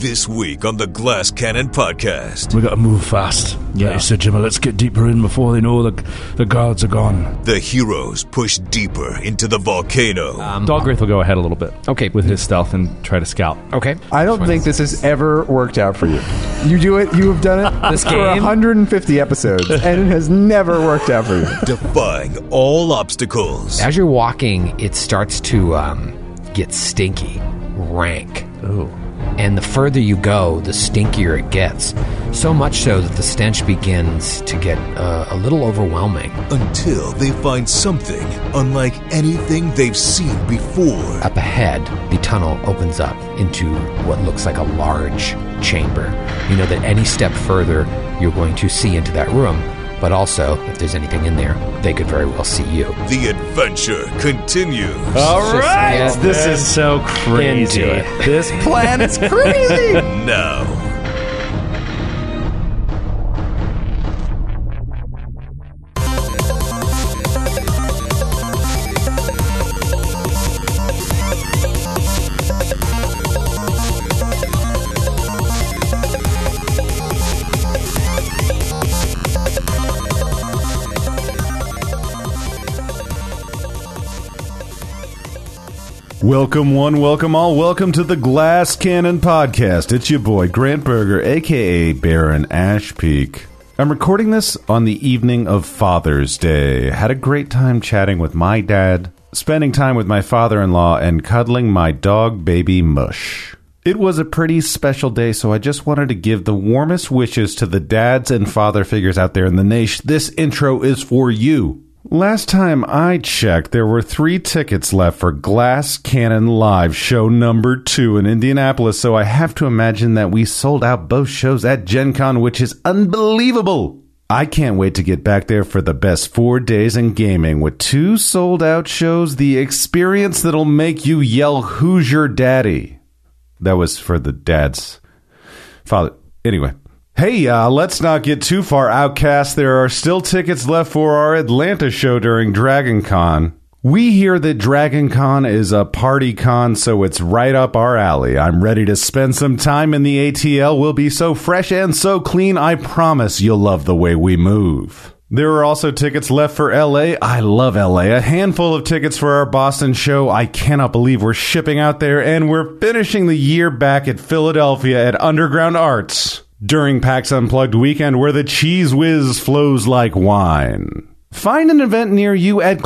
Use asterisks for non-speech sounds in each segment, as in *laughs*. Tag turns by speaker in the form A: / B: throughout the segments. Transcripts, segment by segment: A: This week on the Glass Cannon Podcast,
B: We gotta move fast. Yeah,
C: Yeah.
B: you said, Jimmy, let's get deeper in before they know the, the guards are gone.
A: the heroes push deeper into the volcano.
D: Um.
E: Dogwraith will go ahead a little bit.
C: Okay.
E: With his stealth and try to scout.
C: Okay.
F: I don't think this has ever worked out for you. You do it. You have done
C: *laughs*
F: it
C: This
F: for
C: game?
F: 150 episodes, and it has never worked out for you.
A: defying all obstacles.
C: As you're walking, it starts to um, get stinky, rank. Ooh. And the further you go, the stinkier it gets. So much so that the stench begins to get uh, a little overwhelming.
A: Until they find something unlike anything they've seen before.
C: Up ahead, the tunnel opens up into what looks like a large chamber. You know that any step further, you're going to see into that room, but also, if there's anything in there, they could very well see you.
A: The adventure continues.
C: All right!
E: This is so crazy.
C: Into
E: This
F: *laughs*
E: plan is crazy.
A: now.
G: Welcome, one, welcome all. Welcome to the Glass Cannon Podcast. It's your boy, Grant Berger, aka Baron Ashpeak. I'm recording this on the evening of Father's Day. Had a great time chatting with my dad, spending time with my father in law, and cuddling my dog baby Mush. It was a pretty special day, so I just wanted to give the warmest wishes to the dads and father figures out there in the nation. This intro is for you. Last time I checked, there were three tickets left for Glass Cannon Live show number two in Indianapolis, so I have to imagine that we sold out both shows at Gen Con, which is unbelievable. I can't wait to get back there for the best four days in gaming with two sold out shows, the experience that'll make you yell, Who's your daddy? That was for the dads. Father. Anyway. Hey, uh, let's not get too far outcast. There are still tickets left for our Atlanta show during Dragon Con. We hear that Dragon Con is a party con, so it's right up our alley. I'm ready to spend some time in the ATL. We'll be so fresh and so clean, I promise you'll love the way we move. There are also tickets left for LA. I love LA. A handful of tickets for our Boston show. I cannot believe we're shipping out there, and we're finishing the year back at Philadelphia at Underground Arts during PAX Unplugged weekend, where the cheese whiz flows like wine. Find an event near you at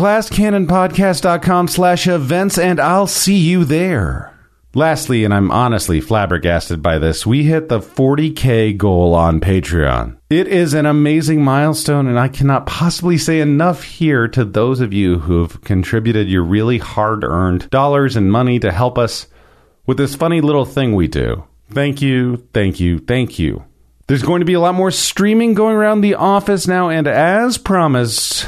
G: glasscannonpodcast.com slash events, and I'll see you there. Lastly, and I'm honestly flabbergasted by this, we hit the 40K goal on Patreon. It is an amazing milestone, and I cannot possibly say enough here to those of you who've contributed your really hard earned dollars and money to help us with this funny little thing we do. Thank you, thank you, thank you. There's going to be a lot more streaming going around the office now, and as promised,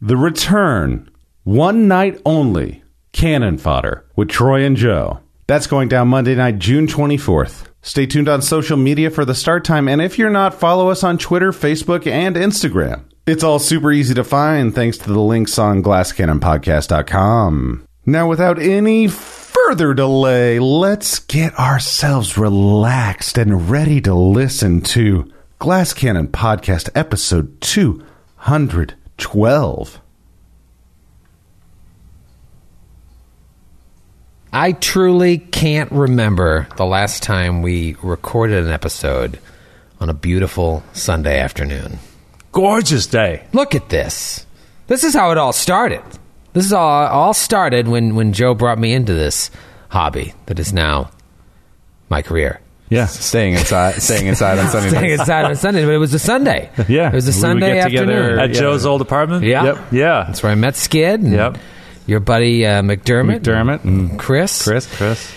G: the return, one night only, cannon fodder with Troy and Joe. That's going down Monday night, June 24th. Stay tuned on social media for the start time, and if you're not, follow us on Twitter, Facebook, and Instagram. It's all super easy to find thanks to the links on glasscannonpodcast.com. Now, without any further delay, let's get ourselves relaxed and ready to listen to Glass Cannon Podcast Episode 212.
C: I truly can't remember the last time we recorded an episode on a beautiful Sunday afternoon.
E: Gorgeous day.
C: Look at this. This is how it all started. This is all all started when when Joe brought me into this hobby that is now my
E: *laughs*
C: career.
E: Yeah.
F: Staying inside, staying inside
G: *laughs*
F: on Sunday.
C: Saying it's Saturday and Sunday, but it was a Sunday.
E: Yeah.
C: it was a
E: We would
C: Sunday
E: get
C: afternoon.
E: together At Joe's old apartment?
C: Yeah.
E: Yep. Yeah.
C: That's where I met Skid. And
E: Yep.
C: Your buddy uh, McDermott.
E: McDermott
C: and
E: and
C: Chris.
E: Chris, Chris.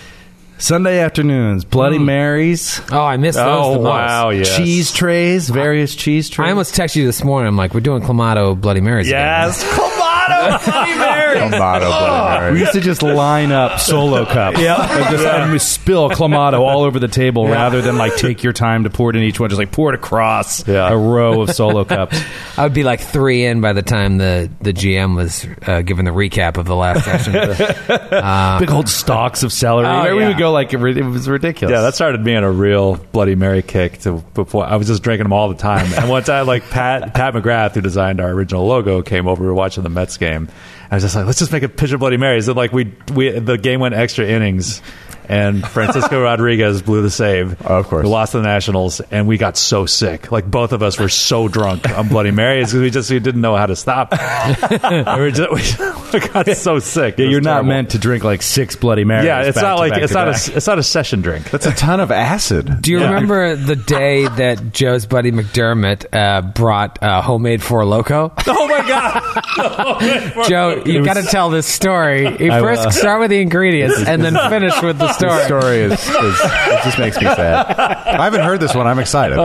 D: Sunday afternoons, Bloody Marys,
C: Oh, I missed those
E: Oh,
C: the most.
E: wow. Yes.
D: cheese trays, various cheese trays. *laughs*
C: I almost texted you this morning. I'm like, we're doing Clamato Bloody Marys. again.
E: Yes. Come on. *laughs*
F: Clamato, Bloody Mary.
D: We used to just line up
E: *laughs*
D: solo cups. Oh. Yeah. And just and we spill clamato all over the table rather than like take your time to pour it in each one. Just like pour it across
E: Yeah.
D: a row of solo
E: *laughs*
D: cups.
C: I would be like three in by the time the, the GM was uh, given the recap of the last session.
E: Uh,
B: Big old stalks of celery.
D: Where we
C: yeah.
D: would go like it ri- it was ridiculous.
E: Oh, Yeah, Uh, that started me on a real Bloody Mary kick. To before I was just drinking them all the time, and one time, like Pat Pat McGrath, who designed our original logo, came over. We were watching the Mets game. I was just like, let's just make a pitch of Bloody Marys. And like we we the game went extra innings, and
D: *laughs*
E: Francisco Rodriguez blew the save.
F: Of course.
E: we lost to the Nationals, and we got so sick. Like both of us were so drunk on Bloody Marys because we just we didn't know how
D: *laughs*
E: to stop. *laughs* we, *laughs* were just, we got so sick.
D: Yeah,
E: It was
D: you're not
E: terrible.
D: meant to drink like six Bloody Marys.
E: Yeah, it's
D: back
E: not
D: to
E: like
D: back
E: it's
D: to
E: not
D: back.
E: a it's not a session drink.
G: That's a ton of acid.
C: Do you remember the day that Joe's buddy McDermott uh, brought uh, homemade Four Loco?
E: Oh my god!
C: *laughs* Joe, you got to tell this story. You first start with the ingredients and then finish with the
F: The
C: story.
F: story is, is it just makes me sad.
G: I haven't heard this one. I'm excited.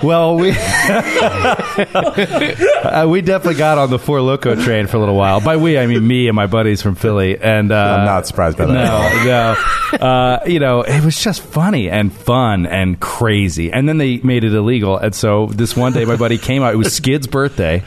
D: *laughs* Well, we uh, we definitely got on the Four Loco train for a little while. By we, I mean me and my buddies from Philly. And uh,
F: I'm not surprised by that.
D: No, no. Uh, you know, it was just funny and fun and crazy. And then they made it illegal. And so this one day, my buddy came out. It was Skid's birthday.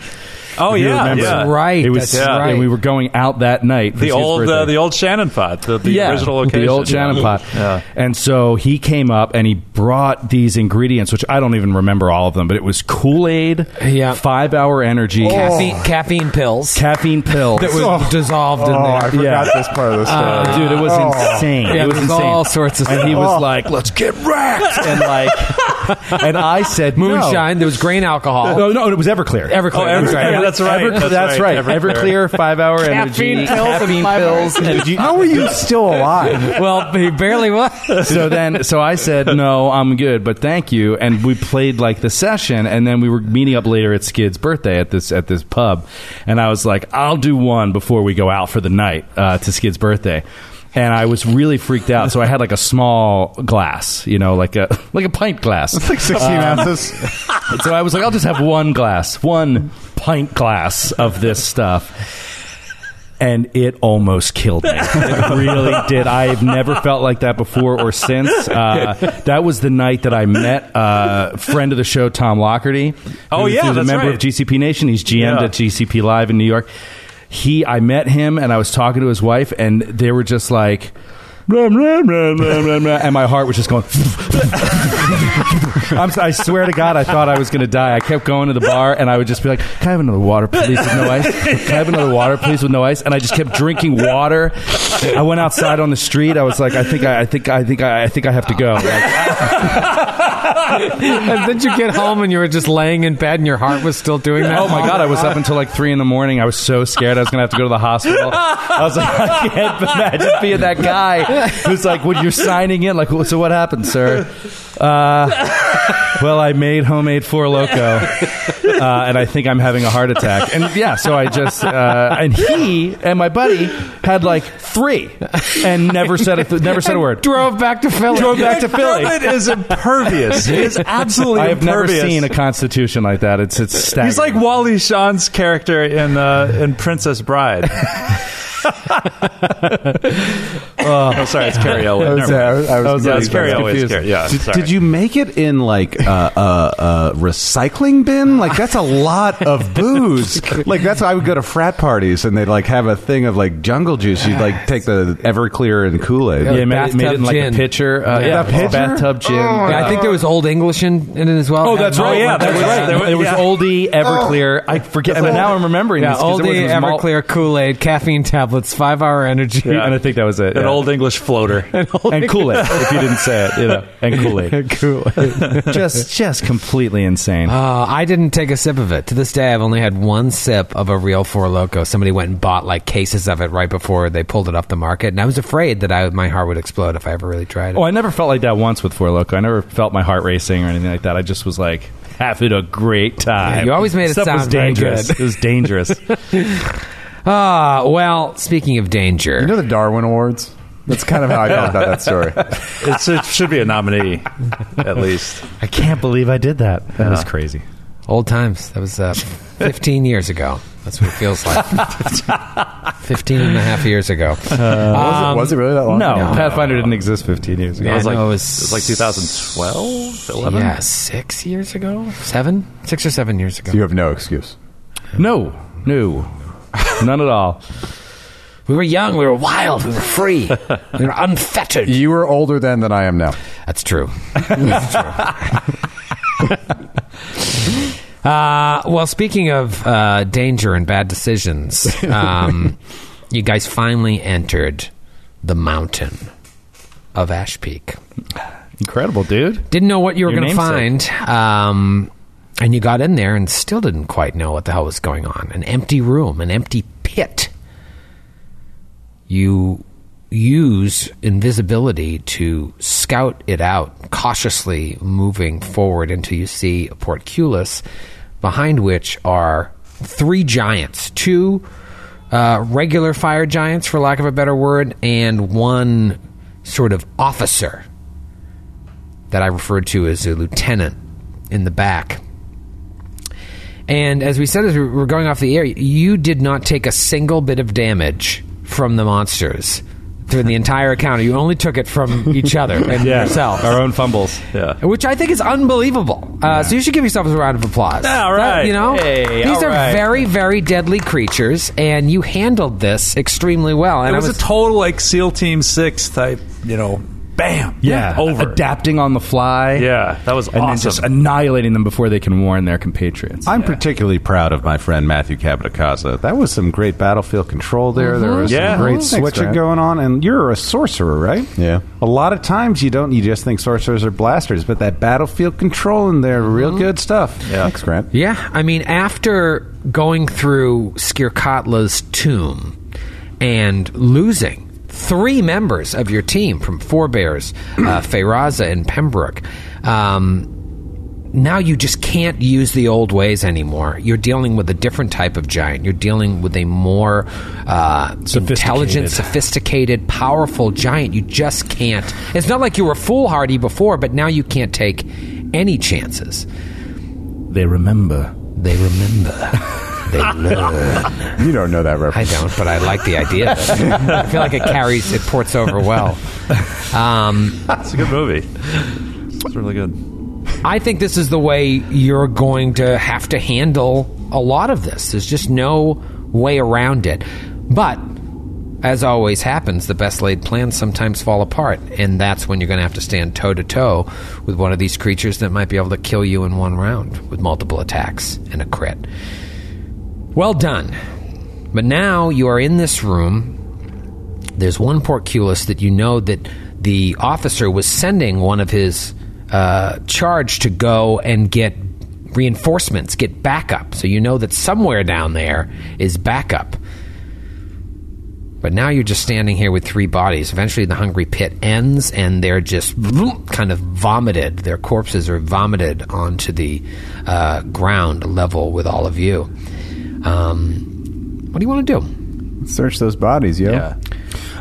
E: Oh
D: If you
E: yeah,
D: remember.
E: yeah.
C: That's right,
D: It was,
C: that's right.
D: And we were going out that night. for
E: The
D: Skid's
E: old
D: birthday
E: uh, the old Shannon pot, *laughs* the, the original location,
D: the old Shannon pot. And so he came up and he brought these ingredients, which I don't even remember all of them, but it was Kool Aid,
C: Yeah. Oh.
D: five hour energy,
C: Caffeine, caffeine pills
D: caffeine pills.
C: that was dissolved in
F: Oh, I
C: there.
F: forgot
D: Yeah.
F: this part Oh. of the story.
D: Uh, dude, it was insane.
C: Yeah,
D: it was
C: there's
D: insane.
C: all sorts of
D: and he
C: stuff. Oh.
D: was like, "Let's get
B: *laughs*
D: wrecked," and
C: *laughs*
D: like, and I said, no.
C: Moonshine. There was grain
D: *laughs*
C: alcohol.
D: No, no, it was Everclear.
C: Everclear.
E: Oh, Everclear.
C: that's right.
E: Yeah, that's right.
D: Ever-
E: That's
D: that's,
E: right,
D: right.
E: Everclear.
D: Everclear, five hour
C: Caffeine
D: energy,
C: pills and
D: caffeine
C: five hour
D: pills. and-
F: How are you still alive?
C: Well, he barely was.
D: so then so I said, "No, I'm good, but thank you." And we played like the session and then we were meeting up later at Skid's birthday at this at this pub. And I was like, "I'll do one before we go out for the night uh, to Skid's birthday." And I was really freaked out, so I had like a small glass, you know, like a *laughs* like a pint glass.
G: like 16 ounces.
D: And so I was like, I'll just have one glass, one pint glass of this stuff. And it almost killed me. It really did. I have never felt like that before or since. Uh, that was the night that I met uh, friend of the show, Tom Lockerty.
E: Oh,
D: who's-
E: yeah,
D: who's a
E: that's
D: member
E: right.
D: of GCP Nation. He's GM'd
E: Yeah.
D: at GCP Live in New York. He, I met him, and I was talking to his wife, and they were just like, "Blah, blah, blah, blah, blah, blah," and my heart was just going. *laughs* I'm, si swear to God, I thought I was going to die. I kept going to the bar, and I would just be like, "Can I have another water, please, with no ice? Can I have another water, please, with no ice?" And I just kept drinking water. I went outside on the street. I was like, "I think, I, I think, I think, I, I think I have to go." Like,
C: And then you
D: *laughs*
C: get home and you were just laying in bed and your heart was still doing that.
D: oh my God, I was up until like three in the morning. I was so scared I was going to have to go to the hospital. I was like, I can't imagine being that guy who's like, "When you're signing in, like, so what happened, sir?" Uh, well, I made homemade four loco, uh, and I think I'm having a heart attack. And yeah, so I just uh, and he and my buddy had like three, and never said a th- never said a word.
C: Drove back to Philly.
D: Drove back
C: *laughs*
D: to Philly.
E: Kermit is impervious. He *laughs* is absolutely
D: I have never
E: impervious.
D: seen a constitution like that. It's it's staggering.
E: He's like Wally Shawn's character in uh, in Princess Bride. *laughs* Oh, I'm sorry, it's Carrie Elway.
F: I was,
E: Never
F: uh,
E: mind.
F: I was, I was
E: yeah, it's
F: confused.
E: Carrie Elway's character. Yeah,
G: Did,
E: sorry.
G: did you make it in like a uh, uh, uh, recycling bin? Like that's a lot of booze. Like that's why I would go to frat parties and they'd like have a thing of like jungle juice. You'd like take the Everclear and Kool Aid.
D: yeah, made, it- made it in like
C: Bathtub gin.
D: a pitcher. Uh,
C: Yeah.
D: yeah,
G: The pitcher?
D: bathtub gin.
C: Yeah, I think there was Old English in, in it as well.
D: Oh, that's
C: Had
D: right.
C: malt
D: Yeah,
C: in
D: that's
C: it.
E: There was-
D: right.
E: there was-
D: it was
E: yeah.
D: oldie Everclear.
C: Oh.
D: I forget. But now I'm remembering.
C: Yeah,
D: this 'cause
C: old
D: there was- it was malt-
C: Everclear Kool Aid, caffeine tablets, five hour energy.
D: And I think that was it.
E: an
D: yeah.
E: old English floater?
D: and Kool Aid. if you didn't say it, you know, and Kool
C: *laughs*
D: Aid, just just completely insane.
C: Uh, I didn't take a sip of it. To this day, I've only had one sip of a real Four Loco. Somebody went and bought like cases of it right before they pulled it off the market, and I was afraid that I, my heart would explode if I ever really tried it.
D: Oh, I never felt like that once with Four Loco. I never felt my heart racing or anything like that. I just was like having a great time.
C: Yeah, you always made it
D: Stuff was
C: sound very
D: dangerous.
C: good.
D: It was
C: *laughs*
D: dangerous.
C: Ah, well, speaking of danger,
F: You know the Darwin Awards? That's kind of how I felt about that story.
E: It's, it should be a nominee, at least.
D: I can't believe I did that. That was crazy.
C: old times. That was uh, 15 years ago. That's what it feels like.
E: *laughs*
C: 15 and a half years ago.
F: was, it, was it really that long?
D: No,
F: ago?
D: Pathfinder didn't exist 15 years ago.
C: Yeah,
E: It was like,
C: no, it
E: it
C: was-
E: was like 2012, 11.
C: yeah, six years ago? Seven? Six or seven years ago.
F: You have no excuse.
D: No, no, none at all.
C: We were young, we were wild, we were
E: *laughs*
C: free, we were unfettered.
F: You were older then than I am now.
C: That's
E: *laughs*
C: true. That's true. *laughs* uh, well, speaking of uh, danger and bad decisions,
E: *laughs*
C: um, you guys finally entered the mountain of Ash Peak.
D: Incredible, dude.
C: Didn't know what you were
D: Your
C: going to find.
D: namesake.
C: Um, and you got in there and still didn't quite know what the hell was going on. An empty room, an empty pit. You use invisibility to scout it out, cautiously moving forward until you see a portcullis, behind which are three giants, two uh, regular fire giants, for lack of a better word, and one sort of officer that I referred to as a lieutenant in the back. And as we said, as we were going off the air, you did not take a single bit of damage from the monsters through the entire encounter. You only took it from each other
E: *laughs*
C: and
E: Yeah.
C: yourself,
D: Our own fumbles.
E: Yeah.
C: which I think is unbelievable. Uh, so you should give yourself a round of applause.
E: Yeah, all right.
C: you know,
D: Hey,
C: these
D: all
C: are
D: right.
C: very, very deadly creatures, and you handled this extremely well. And
E: It
C: I
E: was, a total like SEAL Team Six type, you know, bam, over.
D: Adapting on the fly.
E: yeah, that was
D: And then
E: awesome.
D: just annihilating them before they can warn their compatriots.
G: I'm particularly proud of my friend Matthew Capitacasa. That was some great battlefield control there. There
D: Mm-hmm.
G: was
E: Yeah.
G: some great
E: Mhm. Thanks,
G: switching
F: Grant.
G: going on, and you're a sorcerer, right?
F: Yeah.
G: A lot of times you don't. You just think sorcerers are blasters, but that battlefield control in there,
D: Mm-hmm.
G: real good stuff.
F: Thanks, Grant.
C: Yeah, I mean, after going through Skirkatla's tomb and losing three members of your team from forebears, uh, Feyraza and Pembroke, um, now you just can't use the old ways anymore. You're dealing with a different type of giant. You're dealing with a more uh, intelligent, sophisticated, powerful giant. You just can't. It's not like you were foolhardy before, but now you can't take any chances.
D: They remember.
C: They remember. They learn.
F: You don't know that
C: I
F: reference.
C: don't, but I like the idea. Of it. I feel like it carries, it ports over well.
E: it's a good movie. It's really good.
C: I think this is the way you're going to have to handle a lot of this. There's just no way around it. But as always happens, the best laid plans sometimes fall apart, and that's when you're going to have to stand toe to toe with one of these creatures that might be able to kill you in one round with multiple attacks and a crit. Well done. But now you are in this room there's one portcullis that you know that the officer was sending one of his uh, charge to go and get reinforcements, get backup. So you know that somewhere down there is backup. But now you're just standing here with three bodies. Eventually, the hungry pit ends, and they're just vroom, kind of vomited. Their corpses are vomited onto the uh, ground level with all of you. Um, what do you want to do?
F: Search those bodies, yo.
E: Yeah.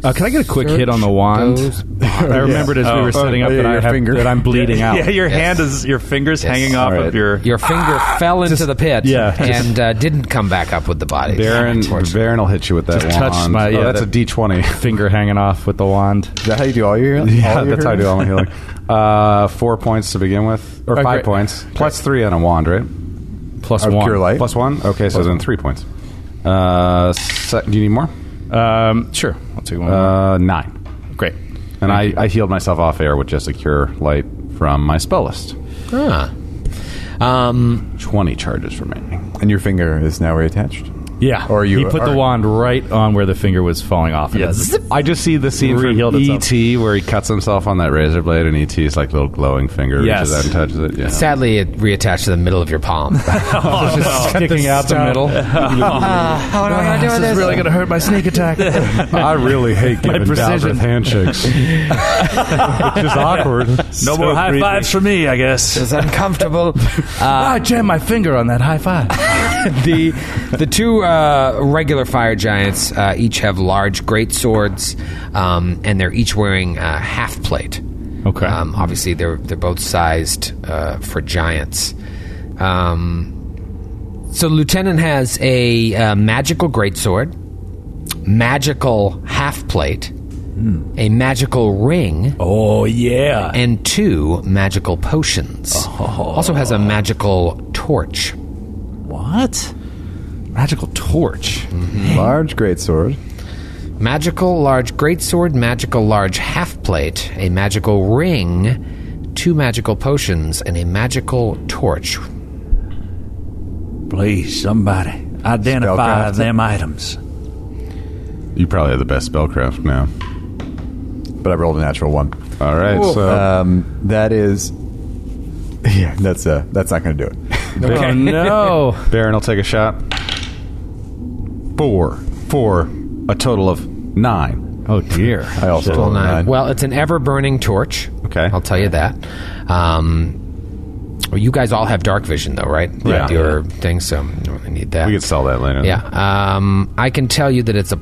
D: Uh, can I get a quick hit on the wand?
C: Those-
D: *laughs* I remembered as we were setting up
F: Oh, *laughs* yeah,
D: that, I
F: your
D: have,
F: finger.
D: that I'm bleeding out.
E: Yeah, your hand is your fingers hanging off
G: All right.
E: of your.
C: Your finger fell into the pit
D: Ah, yeah, just-
C: and uh, didn't come back up with the body.
G: Baron, Baron will hit you with that
D: Just touch
G: wand.
D: my-
G: Oh,
D: yeah,
G: that's a
D: that-
G: D
D: *laughs*
G: twenty.
D: Finger hanging off with the wand.
F: Is that how you do all your?
G: Yeah,
D: *laughs*
F: all your
G: that's how I do all my healing. Uh, four points to begin with, or
D: Oh,
G: five
D: great.
G: points plus three on a wand, right?
D: Plus
F: Of
D: one.
F: pure light?
G: Plus one. Okay, so then three points. Uh, se- do you need more?
D: Um, sure. I'll take one.
G: Uh, nine.
D: Great.
G: And I, I healed myself off air with just a cure light from my spell list.
C: Ah. Um,
G: Twenty charges remaining.
F: And your finger is now reattached.
D: Yeah.
F: Or you
D: he put
F: are-
D: the wand right on where the finger was falling off. and that's-
G: I just see the scene from
D: Re-healed itself.
G: E.T. where he cuts himself on that razor blade, and E.T.'s like little glowing finger
D: Yes.
G: reaches out and touches it. Yeah.
C: sadly, it reattached to the middle of
D: *laughs*
C: your palm.
D: Just sticking Oh, out the *laughs* middle.
C: Ah, how am I going to do with this?
D: really going to hurt my snake attack.
G: I really hate giving
D: precision. *laughs*
G: Dalgrith *laughs* handshakes. it's just awkward.
E: No more high fives for me, I guess.
C: It's uncomfortable.
D: *laughs* I jammed my finger on that high five.
C: the the two uh, regular fire giants uh, each have large great swords, um, and they're each wearing a half plate.
D: Okay.
C: Um, obviously, they're they're both sized uh, for giants. Um, So Lieutenant has a uh, magical greatsword, magical half plate, a magical ring,
B: Oh yeah.
C: and two magical potions. Also has a magical torch.
B: What? Magical torch.
F: Large great sword.
C: Magical large greatsword, magical large half plate, a magical ring, two magical potions, and a magical torch.
B: Please, somebody identify
F: Spellcraft.
B: them items.
G: You probably have the best spellcraft now.
F: But I rolled a natural one.
G: All right, so
F: Um, that is. Yeah, that's uh, that's not going to do it.
B: *laughs*
D: Oh no!
G: Baron will take a shot. Four, four, a total of nine.
D: Oh dear!
F: I also
C: Well,
F: rolled a
C: nine.
F: nine.
C: Well, it's an ever burning torch.
G: Okay.
C: I'll tell you that. Um, well, you guys all have dark vision, though, right?
G: Yeah.
C: With Your thing, so you don't really need that.
G: We could sell that later.
C: Yeah. Um, I can tell you that it's a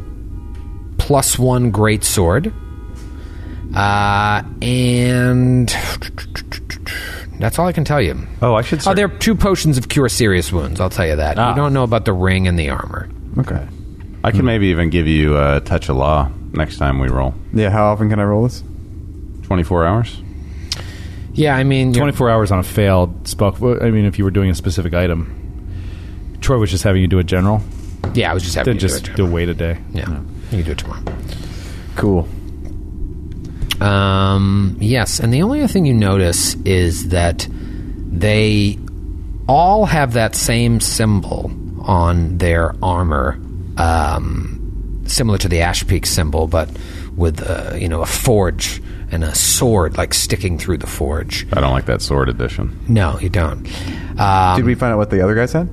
C: plus one great sword. Uh, and that's all I can tell you.
G: Oh, I should.
C: Oh, there are two potions of cure serious wounds. I'll tell you that.
D: Ah.
C: You don't know about the ring and the armor.
F: Okay.
G: I can maybe even give you a touch of law next time we roll.
F: Yeah, how often can I roll this?
G: Twenty-four hours.
C: Yeah, I mean, you're-
D: Twenty-four hours on a failed spell. well, I mean, if you were doing a specific item, Troy was just having you do a general.
C: yeah, I was just happy
D: Then
C: to
D: just
C: do it.
D: do a wait a day.
C: yeah, you can do it tomorrow.
F: Cool.
C: Um, yes, and the only other thing you notice is that they all have that same symbol on their armor, um, similar to the Ash Peak symbol, but with uh, you know a forge and a sword like sticking through the forge.
G: I don't like that sword edition.
C: No, you don't. Um,
F: Did we find out what the other guys had?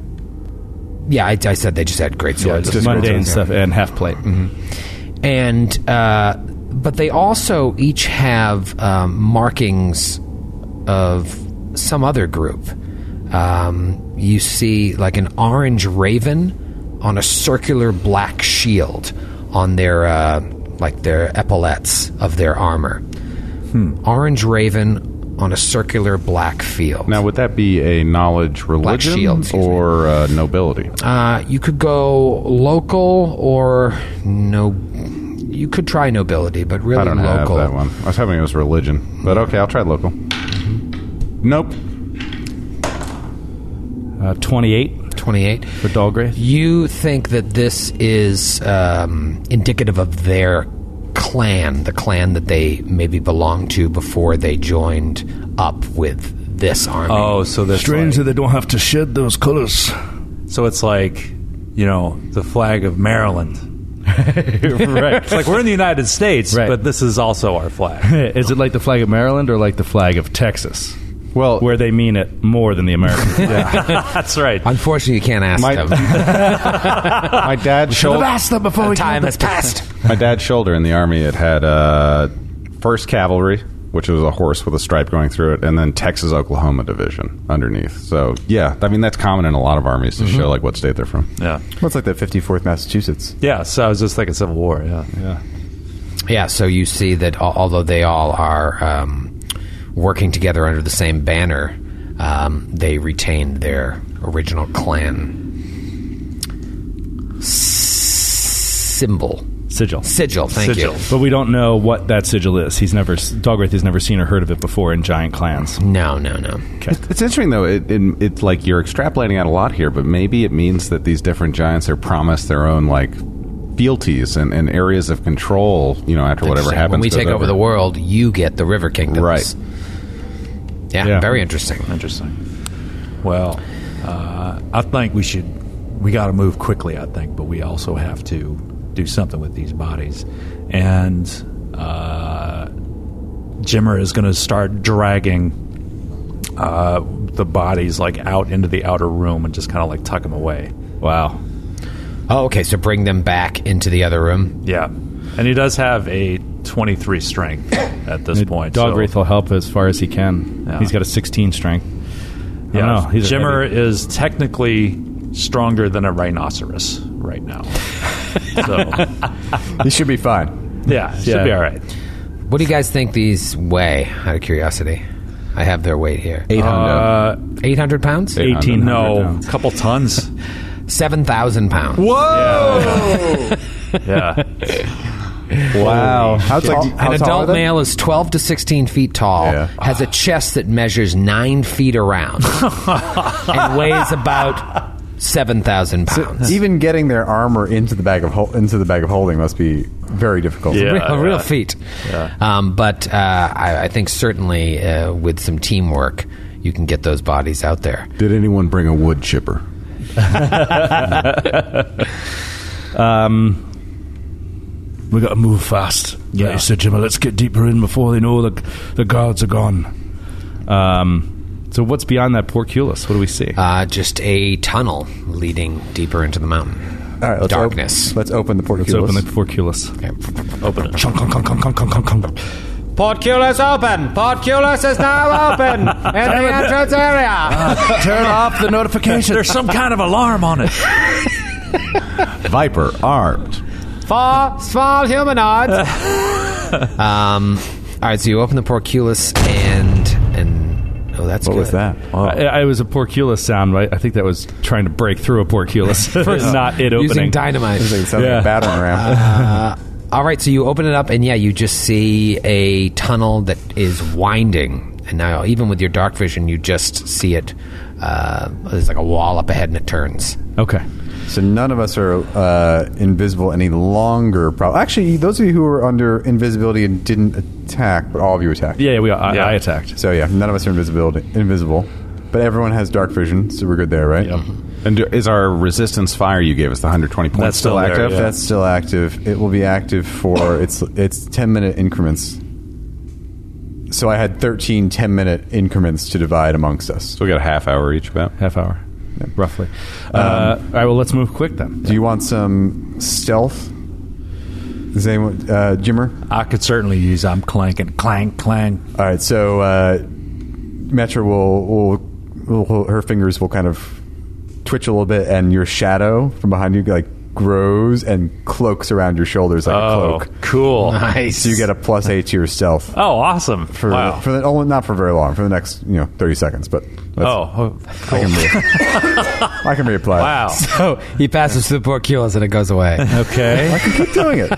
C: yeah, I, I said they just had great swords.
D: just mundane stuff and half plate.
C: Mm-hmm. and uh, but they also each have um, markings of some other group. Um, you see, like an orange raven on a circular black shield on their uh, like their epaulets of their armor. Orange raven on a circular black field.
G: Now, would that be a knowledge religion
C: shield, excuse
G: or uh, nobility?
C: Uh, you could go local or no. You could try nobility, but really
G: I don't
C: local.
G: have that one. I was hoping it was religion, but okay, I'll try local. Nope.
D: Uh, Twenty-eight
C: 28.
D: for Dahlgrave.
C: You think that this is um, indicative of their clan, the clan that they maybe belonged to before they joined up with this army.
E: Oh, so that's
B: Strange
E: like-
B: that they don't have to shed those colors.
E: so it's like, you know, the flag of Maryland. right. It's like we're in the United States,
D: Right.
E: but this is also our
B: *laughs*
E: flag.
D: Eh, Is it like the flag of Maryland or like the flag of Texas,
G: Well,
D: where they mean it more than the American? flag?
E: That's right.
C: Unfortunately, you can't ask
G: My- *laughs*
C: them.
G: my
C: *laughs*
G: dad
B: I've
G: shoulder
B: asked them
D: Uh,
B: before
C: The
B: we
C: time
B: killed
C: has passed.
G: my dad's shoulder in the army. It had uh, first cavalry, which was a horse with a stripe going through it, and then Texas Oklahoma division underneath. So yeah, I mean that's common in a lot of armies
C: Mm-hmm.
G: to show like what state they're from.
E: yeah.
F: What's like the 54th Massachusetts?
E: Yeah. So I was just thinking Civil War. Yeah.
C: Yeah, so you see that al- although they all are um, working together under the same banner, um, they retained their original clan S- symbol.
D: Sigil.
C: Sigil, thank
E: Sigil.
C: you.
D: But we don't know what that sigil is. He's never Dogrith has never seen or heard of it before in giant clans.
C: No, no, no.
G: It's interesting though. It, it, it's like you're extrapolating out a lot here, but maybe it means that these different giants are promised their own like fealties and, and areas of control. You know, after whatever
C: Interesting.
G: happens,
C: When we
G: goes
C: take over. the world, you get the River Kingdoms.
G: Right.
C: Yeah,
D: Yeah.
C: very interesting.
E: Interesting. Well, uh, I think we should. We got to move quickly, I think, but we also have to do something with these bodies. And uh, Jimmer is going to start dragging uh, the bodies like out into the outer room and just kind of like tuck them away.
D: Wow.
C: Oh, okay, so bring them back into the other room.
E: Yeah, and he does have a twenty-three
D: *coughs*
E: strength at this point. so-
D: Dogrith will help as far as he can.
E: Yeah.
D: He's got a 16 strength. I
E: yeah,
D: don't know. He's a
E: Jimmer is technically stronger than a rhinoceros right now.
D: *laughs*
E: so.
F: You should be fine.
E: Yeah, it should
D: Yeah.
E: be all right.
C: What do you guys think these weigh, out of curiosity? I have their weight here.
G: Eight hundred.
E: Uh,
C: 800 pounds?
G: Eight.
D: Eighteen.
E: no, a couple tons.
D: *laughs*
C: 7,000 pounds.
E: Yeah.
G: wow. How tall? how
C: An
G: tall are
C: adult
G: they?
C: male is 12 to 16 feet tall,
G: Yeah.
C: has a chest that measures 9 feet around, and weighs about 7,000 pounds.
F: Even getting their armor into the bag of hol- into the bag of holding must be very difficult.
E: Yeah.
C: real, real feat. Um, but uh, I, I think certainly uh, with some teamwork, you can get those bodies out there.
G: Did anyone bring a wood chipper?
B: We gotta move fast.
E: Yeah.
B: Like you said, Jimmy, let's get deeper in before they know the, the guards are gone.
D: Um, so what's beyond that porculus? What do we see?
B: Ah,
C: Uh, just a tunnel leading deeper into the mountain.
F: All right, let's
C: Darkness.
F: Op- let's open the portcullis.
D: Let's open the porculus.
B: Chunk, chunk, chunk, chunk, chunk, chunk, chunk.
C: Portculus open! Portculus is now open! In the entrance area!
B: Turn off the notification.
E: There's some kind of alarm on it.
G: Viper armed.
C: Four small humanoids!
F: *laughs*
C: um, Alright, so you open the portculus and. and Oh, that's
F: What
C: good.
F: was that?
D: *laughs* I, I was a porculus sound, right? I think that was trying to break through a porculus, *laughs* not it opening.
C: Using dynamite.
F: It sounds like a battering ram.
C: All right, so you open it up, and yeah, you just see a tunnel that is winding. And now, even with your dark vision, you just see it. Uh, there's like a wall up ahead, and it turns.
D: okay.
F: So none of us are uh, invisible any longer. Probably, actually, those of you who were under invisibility and didn't attack, but all of you attacked.
D: Yeah, we. I,
E: Yeah.
D: I attacked.
F: So yeah, none of us are invisibility invisible, but everyone has dark vision, so we're good there, right?
G: And do- is our resistance fire you gave us the 120 points
E: That's
G: still
E: still there,
G: active?
E: yeah.
F: That's still active. It will be active for it's it's ten minute increments. So I had 13 10 minute increments to divide amongst us.
G: So we got a half hour each about.
D: Half hour, roughly. uh, all right. Well, let's move quick then.
F: Do you want some stealth? Does anyone, uh, Jimmer?
E: I could certainly use I'm clanking. Clank, clang.
F: All right, so uh, Metra will, will, will her fingers will kind of twitch a little bit, and your shadow from behind you like grows and cloaks around your shoulders like a
E: Oh,
F: cloak.
E: cool.
C: Nice.
F: So you get a plus eight to your stealth
E: Oh, awesome.
F: for
E: wow.
F: for the, oh, not for very long for the next you know thirty seconds, but that's,
E: oh,
F: I can re- *laughs* I can reapply. it.
E: *laughs* wow.
C: So he passes through the portcullis, and it goes away.
E: Okay.
F: I can keep doing it.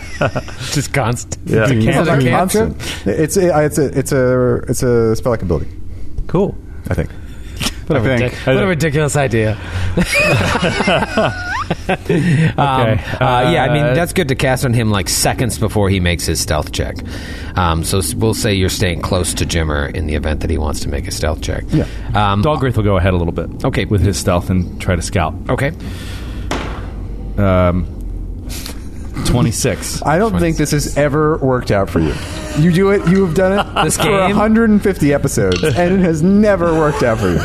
C: just constant.
E: *laughs* Yeah.
C: Is it a
F: It's
C: cantrip?
F: constant. It's a, it's a it's a it's a spell like ability,
E: Cool.
F: I think.
C: What a, ridic- what a ridiculous idea. *laughs* Um,
D: *laughs* Okay.
C: uh, yeah, I
D: Uh,
C: mean, that's good to cast on him like seconds before he makes his stealth check. Um, so s- we'll say you're staying close to Jimmer in the event that he wants to make a stealth check. Yeah. Um,
D: Dalgraith will go ahead a little
F: Oh.
D: bit.
C: Okay.
D: With his stealth and try to scout.
C: okay.
D: Twenty six.
F: I don't think this has ever worked out for you. You do it. You have done
C: *laughs*
F: it
C: This
F: for
C: game?
F: 150 episodes, and it has never worked out
H: *laughs*
F: for you.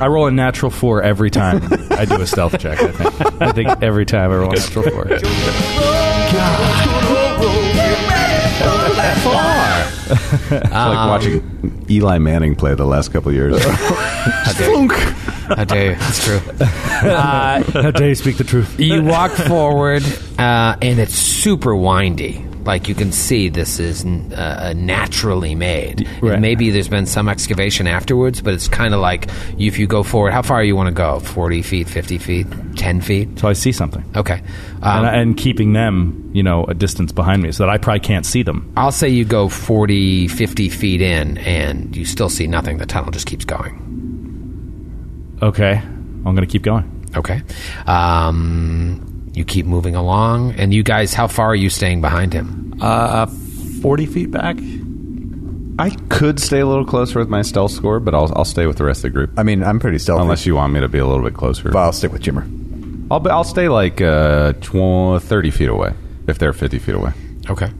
D: I roll a natural four every time I do a stealth check. I think. I think every time I roll a natural four.
G: It's like watching Eli Manning play the last couple of years.
C: How dare you?
D: *laughs*
C: It's true.
D: Uh, How dare you speak the truth?
C: You walk forward, uh, and it's super windy. Like you can see, this is n- uh, naturally made.
D: right.
C: And Maybe there's been some excavation afterwards, but it's kind of like if you go forward, how far you want to go? 40 feet, 50 feet, 10 feet?
D: So I see something.
C: Okay.
D: and,
C: Um,
D: I- and keeping them, you know, a distance behind me so that I probably can't see them.
C: I'll say you go 40, 50 feet in, and you still see nothing. The tunnel just keeps going.
D: Okay, I'm going to keep going.
C: Okay. Um, you keep moving along, and you guys, how far are you staying behind him?
E: Uh, 40 feet back?
G: I could stay a little closer with my stealth score, but I'll, I'll stay with the rest of the group.
F: I mean, I'm pretty stealthy.
G: Unless you want me to be a little bit closer.
F: but I'll stick with Jimmer.
G: I'll, be, I'll stay like uh, tw- 30 feet away if they're 50 feet away.
C: Okay.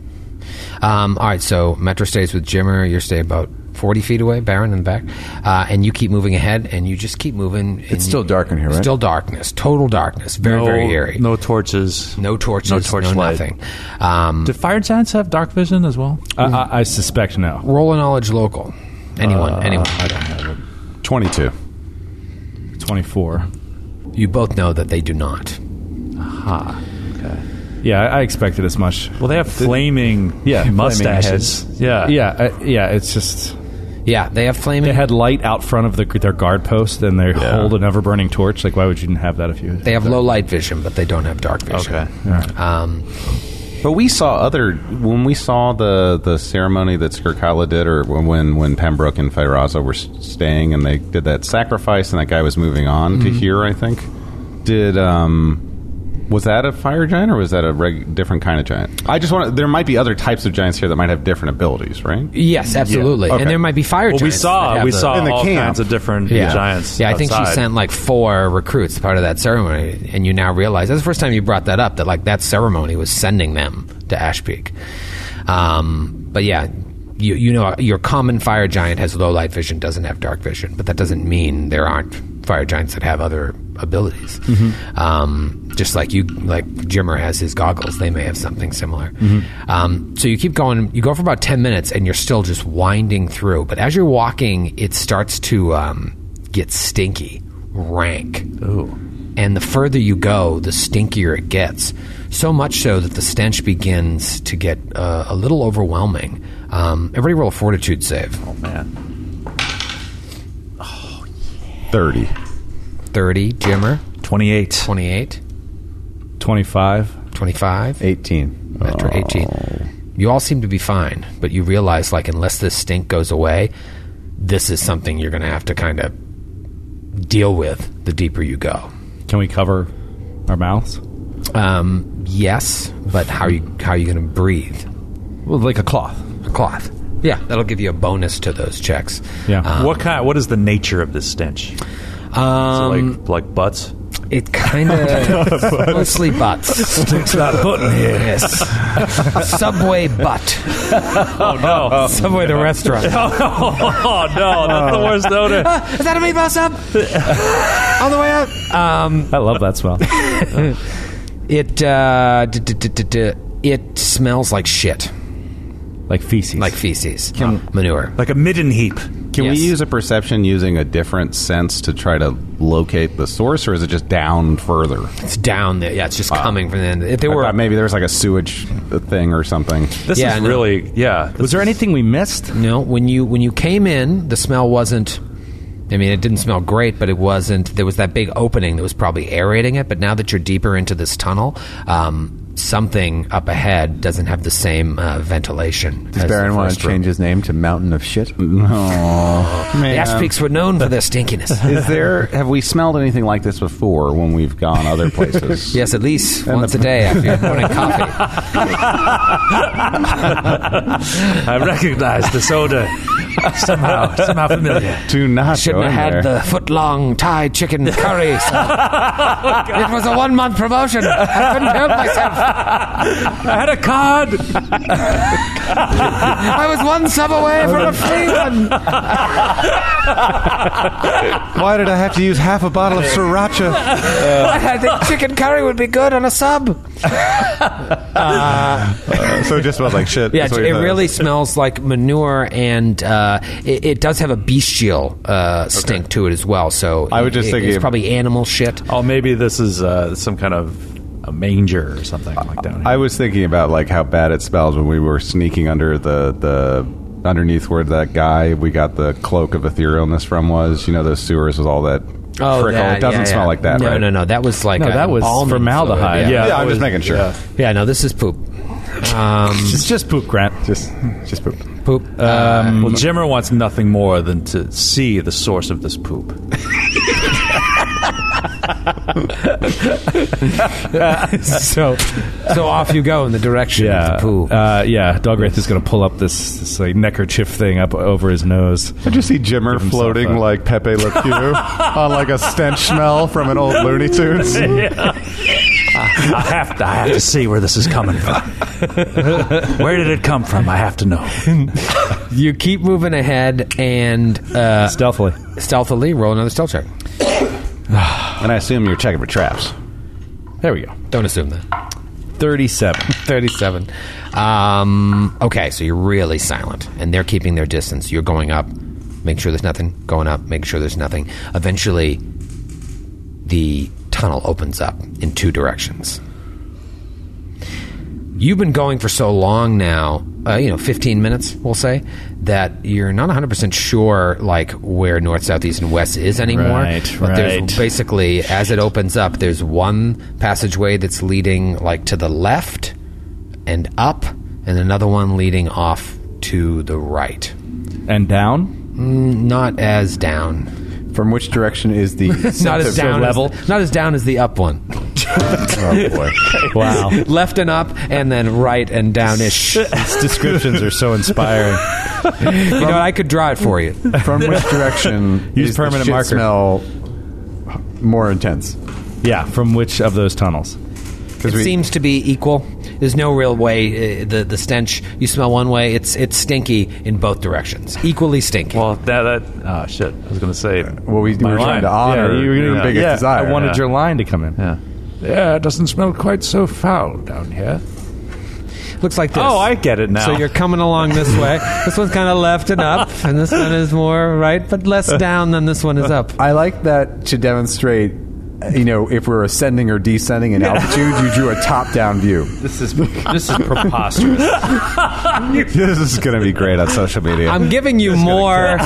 C: Um, all right, so Metro stays with Jimmer. You stay about 40 feet away, Baron in the back, uh, and you keep moving ahead, and you just keep moving. and
F: It's still
C: you-
F: dark in here, right?
C: Still darkness, total darkness, very,
E: No,
C: very eerie.
E: no torches.
C: No torches,
E: No
C: no,
E: torch light.
C: nothing. Um,
E: Do fire giants have dark vision as well?
D: I, I, I suspect no.
C: roll a knowledge local. Anyone,
E: Uh,
C: anyone.
D: I don't have
G: 22.
D: it. 24.
C: You both know that they do not.
D: Yeah, I, I expected as much.
E: Well, they have flaming
D: Yeah, flaming
E: mustaches. yeah.
D: Yeah, I, yeah, it's just
C: Yeah, they have flaming.
D: They had light out front of the, their guard post, and they hold an ever burning torch. Like, why would you have that if you?
C: They have low light vision, but they don't have dark vision.
E: Okay.
C: Um,
H: But we saw other when we saw the the ceremony that Skirkala did, or when when Pembroke and Feyraza were s- staying, and they did that sacrifice, and that guy was moving on to here. I think did um was that a fire giant or was that a reg- different kind of giant? I just want to, there might be other types of giants here that might have different abilities, right?
C: yes, absolutely.
H: Okay.
C: And there might be fire.
E: Well, we
C: giants that
E: saw
C: have
E: we
C: the-
E: saw
G: In the
E: all
G: camp.
E: kinds of different giants.
C: Yeah, I think she
E: outside.
C: sent like four recruits part of that ceremony, and you now realize that's the first time you brought that up. That like that ceremony was sending them to Ash Peak. Um, but yeah, you you know your common fire giant has low light vision, doesn't have dark vision, but that doesn't mean there aren't fire giants that have other abilities. Um, just like you, like Jimmer has his goggles, they may have something similar. Um, so you keep going. You go for about ten minutes, and you're still just winding through. But as you're walking, it starts to um, get stinky, rank. Ooh. And the further you go, the stinkier it gets. So much so that the stench begins to get uh, a little overwhelming. Um, everybody roll a fortitude save.
E: Man,
G: Thirty.
C: 30, Jimmer,
E: twenty eight.
C: 28,
D: Twenty-five.
C: 25,
F: 18.
C: Metro 18. You all seem to be fine, but you realize, like, unless this stink goes away, this is something you're going to have to kind of deal with the deeper you go.
D: Can we cover our mouths?
C: Um, yes, but how are you, how are you going to breathe?
D: Well, like a cloth.
C: cloth. Yeah, that'll give you a bonus to those checks. Uh,
D: Yeah.
E: what kind? What is the nature of this stench? Is it
C: Um,
E: like like butts.
C: it kind of mostly butts.
B: Sticks that button here.
C: Yes. Subway butt. Oh no! Subway the restaurant.
E: *laughs* Oh no, that's the worst odor.
C: Is that a meatball *laughs* sub? On the way out.
D: I love that smell.
C: Um, *laughs* It uh, d- d- d- d- d- it smells like shit,
D: Like feces.
C: like feces, Uh, manure.
E: Like a midden heap.
H: Can we
C: Yes.
H: use a perception using a different sense to try to locate the source, or is it just down further?
C: It's down there. Yeah, it's just coming from the end. If they
H: I
C: were,
H: thought maybe there was like a sewage thing or something. *laughs*
E: This
C: Yeah, I
E: is
C: know.
E: really yeah.
D: Was there anything we missed?
C: No, when you when you came in, the smell wasn't. I mean, it didn't smell great, but it wasn't. There was that big opening that was probably aerating it. But now that you're deeper into this tunnel, um, something up ahead doesn't have the same uh, ventilation.
F: Does
C: as
F: Baron
C: the
F: want to
C: first room.
F: change his name to Mountain of Shit?
C: The ash peaks were known for their
E: *laughs*
C: stinkiness.
H: Is there? Have we smelled anything like this before when we've gone other
F: *laughs*
H: places?
C: yes, at least once a day after
E: *laughs*
C: your morning coffee.
E: I recognize
D: *laughs*
E: this odor somehow somehow familiar.
H: Do not go
C: Shouldn't
H: in
C: have
H: there.
C: had the foot long Thai
E: *laughs*
C: chicken curry.
E: Oh,
C: it was a one month promotion. I couldn't help myself.
E: *laughs* I had a card.
C: *laughs* I was one sub away from a free
E: *laughs*
C: one.
F: Why did I have to use half a bottle of sriracha?
C: *laughs* I think chicken curry would be good on a sub.
F: so it just smells like shit.
C: Yeah, it really smells like manure, and uh, it, it does have a bestial uh, stink to it as well. So
H: I was just
C: it-
H: thinking
C: it's
H: of-
C: probably animal shit.
E: Oh, maybe this is uh, some kind of a manger or something like that.
H: I was thinking about like how bad it smells when we were sneaking under the the underneath where that guy we got the cloak of etherealness from was. You know those sewers with all that frickle.
C: that,
H: it doesn't
C: Oh, yeah,
H: smell
C: yeah.
H: like that.
C: No,
H: right?
C: no, no. That was like
D: No,
C: a
D: that was
C: almond
D: formaldehyde.
C: fluid,
H: Yeah,
E: that
H: I'm just
E: was-
H: making sure.
E: yeah.
C: yeah. yeah, no, this is poop. Um,
D: It's just poop, Grant.
F: Just, just poop.
C: poop.
D: *laughs*
C: Uh,
E: Well, Jimmer wants nothing more than to see the source of this poop.
C: so, so off you go in the direction
D: Yeah.
C: of the poop.
D: Uh, yeah. Dogwraith is going to pull up this, this like neckerchief thing up over his nose.
G: I just see Jimmer
D: himself
G: floating
D: a-
G: like Pepe Le Pew on like a stench smell from
D: *laughs*
G: an old Looney Tunes.
E: I have to. I have to see where this is coming *laughs* from. where did it come from? I have to know.
C: you keep moving ahead and uh,
D: Stealthily.
C: stealthily roll another stealth check.
H: And I assume you're checking for traps.
D: There we go.
C: Don't assume that. *laughs*
D: 37.
C: 37. Um, okay, so you're really silent, and they're keeping their distance. You're going up, making sure there's nothing, going up, making sure there's nothing. Eventually, the tunnel opens up in two directions. you've been going for so long now, uh, you know, 15 minutes, we'll say, that you're not 100% sure, like, where north, south, east, and west is anymore.
D: Right,
C: but
D: right.
C: there's basically, as it opens up, there's one passageway that's leading, like, to the left and up, and another one leading off to the right.
D: and down.
C: Not as down.
F: From which direction is
C: *laughs*
F: the
C: Not as
F: sense of-
C: down. As, not as down as the up one. *laughs*
F: Oh boy!
D: Wow,
C: Left and up, and then right and
D: *laughs*
C: downish. you
D: these descriptions are so inspiring.
C: know, what? I could draw it for you.
F: From which direction
C: *laughs*
D: Use
F: is
D: permanent
F: the
D: marker.
F: shit smell more intense?
D: Yeah, from which of those tunnels?
C: It seems to be equal. There's no real way. Uh, the the stench you smell one way. It's it's stinky in both directions. Equally stinky.
E: Well, that, that oh shit, I was gonna say.
F: Well, we, we
E: My
F: were trying
E: line.
F: to honor
E: Yeah, you were
F: your
E: gonna-
F: biggest
E: yeah, I
F: desire.
D: I wanted
E: yeah.
D: your line to come in.
E: Yeah.
B: Yeah, it doesn't smell quite so foul down here.
C: Looks like this.
E: Oh, I get it now.
C: So you're coming along
E: *laughs*
C: this way. this one's kind of left and up, and this one is more right, but less down than this one is up.
F: I like that to demonstrate, uh, you know, if we're ascending or descending in altitude, you drew a top-down view.
D: This is this is preposterous.
G: this is going to be great on social media.
C: I'm giving you more.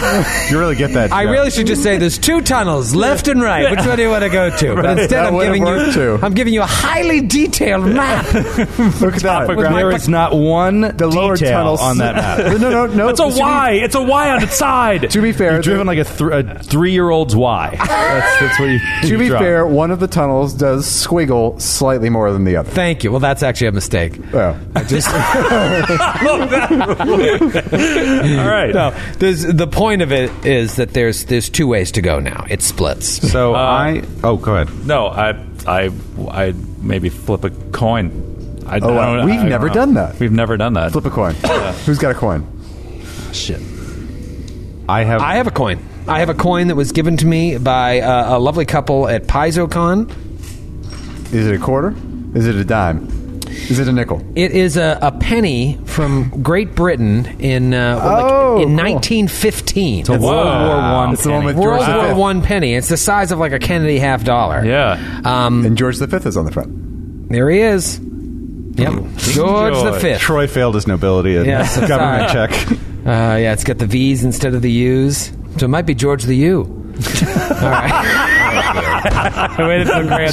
G: you really get that.
C: I
G: joke.
C: really should just say there's two tunnels, left and right. Which one do you want to go to? But instead,
F: That
C: I'm
F: would have
C: giving you
F: worked too.
C: I'm giving you a highly detailed
E: *laughs*
C: map.
F: Look at that.
D: There is not one
F: the lower
D: detail
F: tunnel
D: on that map.
F: *laughs* no, no, no, no.
E: it's a
F: to be-
E: Y. It's a Y on its side.
F: To be fair,
D: You've driven
F: the-
D: like a, thr a three-year-old's Y. That's, that's what you.
F: to
D: you've
F: be
D: drawn.
F: fair, one of the tunnels does squiggle slightly more than the other.
C: Thank you. Well, that's actually a mistake.
F: Oh.
E: All right.
C: No, there's the point of it is that there's there's two ways to go now. It splits.
G: So I. Oh, go ahead.
E: No, I, I, I maybe flip a coin. I,
F: Oh, wow.
E: I don't-
F: We've
E: I don't
F: never
E: know.
F: done that.
E: We've never done that.
F: Flip a coin. Who's got a coin?
E: shit.
G: I have.
C: I have a coin. I have a coin that was given to me by uh, a lovely couple at PaizoCon.
F: Is it a quarter? Is it a dime? Is it a nickel?
C: It is a, a penny from Great Britain in uh, like,
F: Oh,
C: in
F: cool.
C: 1915. It's
D: World War One.
F: It's the one
D: penny.
F: with
C: World
F: George
C: War
F: V.
C: One penny. It's the size of like a Kennedy half dollar.
E: Yeah.
C: Um,
F: And George V is on the front.
C: there he is. Yep. George the
E: George.
C: Fifth.
G: Troy failed his nobility and
C: Yes, I'm
G: government
C: sorry.
G: check.
C: Uh, yeah, it's got the V's instead of the U's, so it might be George the
D: *laughs*
C: U. All right. I waited for Grant.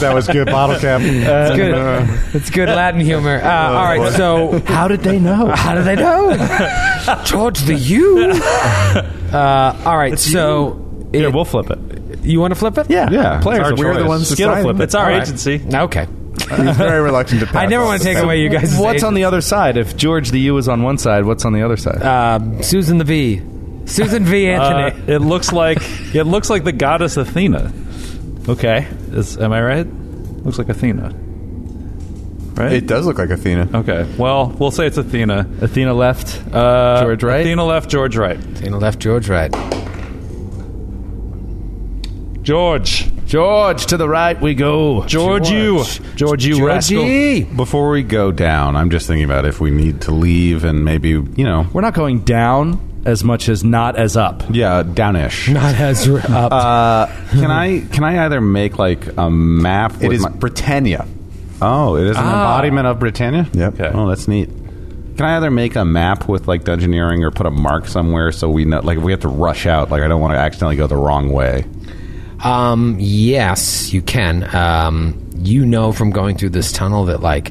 G: That was good bottle cap.
C: It's good. It's good Latin humor. Uh, all right, so
D: Oh, How did they know?
C: how do
D: *laughs*
C: they know? George the U. Uh, all right, so
D: Yeah,
C: it-
D: we'll flip it.
C: you want to flip it?
G: Yeah, yeah.
D: Players,
G: It's our
D: we're
G: choice.
F: the ones that
D: Skittle
F: sign
D: flip
F: them.
D: it.
E: It's our
D: All right.
E: agency.
C: Okay.
F: He's very
D: *laughs*
F: reluctant to pass.
C: I never
F: on
C: want to
F: this.
C: take away you guys.
D: What's on the other side? If George the U is on one side, what's on the other side?
C: Um, Susan the V. Susan V.
E: Uh,
C: Anthony.
E: it looks *laughs* like it looks like the goddess Athena.
D: okay.
E: Is, am I right? Looks like Athena. Right.
F: It does look like Athena.
E: okay. Well, we'll say it's Athena.
D: Athena left.
E: Uh,
D: George right?
E: Athena left. George right.
D: Uh,
C: Tina left, George right.
E: George.
D: George to the right we go.
E: George, you. George you. Rascal.
C: Georgie.
G: Before we go down, I'm just thinking about if we need to leave and maybe you know,
D: We're not going down as much as not as up. Uh,
G: yeah, downish.
C: Not as r- up.
G: can I can I either make like a map?
F: It
G: with
F: is
G: my-
F: Britannia.
G: oh, it is an
B: Ah.
C: Ah.
G: embodiment of Britannia.
F: Yep. Okay.
G: Oh, that's neat. Can I either make a map with like dungeoneering or put a mark somewhere so we know? Like, if we have to rush out, like I don't want to accidentally go the wrong way.
C: Um, yes, you can. Um, you know from going through this tunnel that like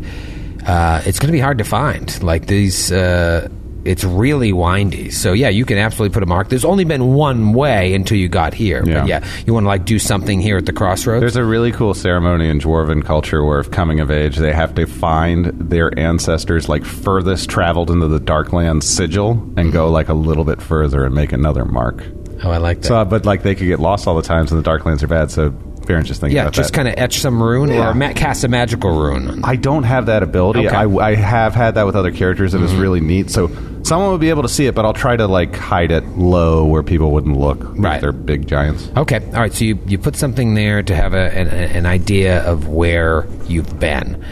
C: uh, it's going to be hard to find. Like these, uh, it's really windy. So yeah, you can absolutely put a mark. There's only been one way until you got here.
G: Yeah.
C: But yeah, you want to like do something here at the crossroads.
G: There's a really cool ceremony in Dwarven culture where, if coming of age, they have to find their ancestors like furthest traveled into the Darkland sigil and go like a little bit further and make another mark.
C: oh, I like that.
G: So, uh, but like they could get lost all the times, and the Darklands are bad. So, Baron's just thinking
C: yeah,
G: about
C: just
G: that.
C: kind of etch some rune
G: Yeah.
C: or ma- cast a magical rune.
G: I don't have that ability.
C: Okay.
G: I, I have had that with other characters. It was really neat. So someone would be able to see it, but I'll try to like hide it low where people wouldn't look. if
C: Right.
G: they're big giants.
C: Okay, all right. So you, you put something there to have a, an, an idea of where you've been,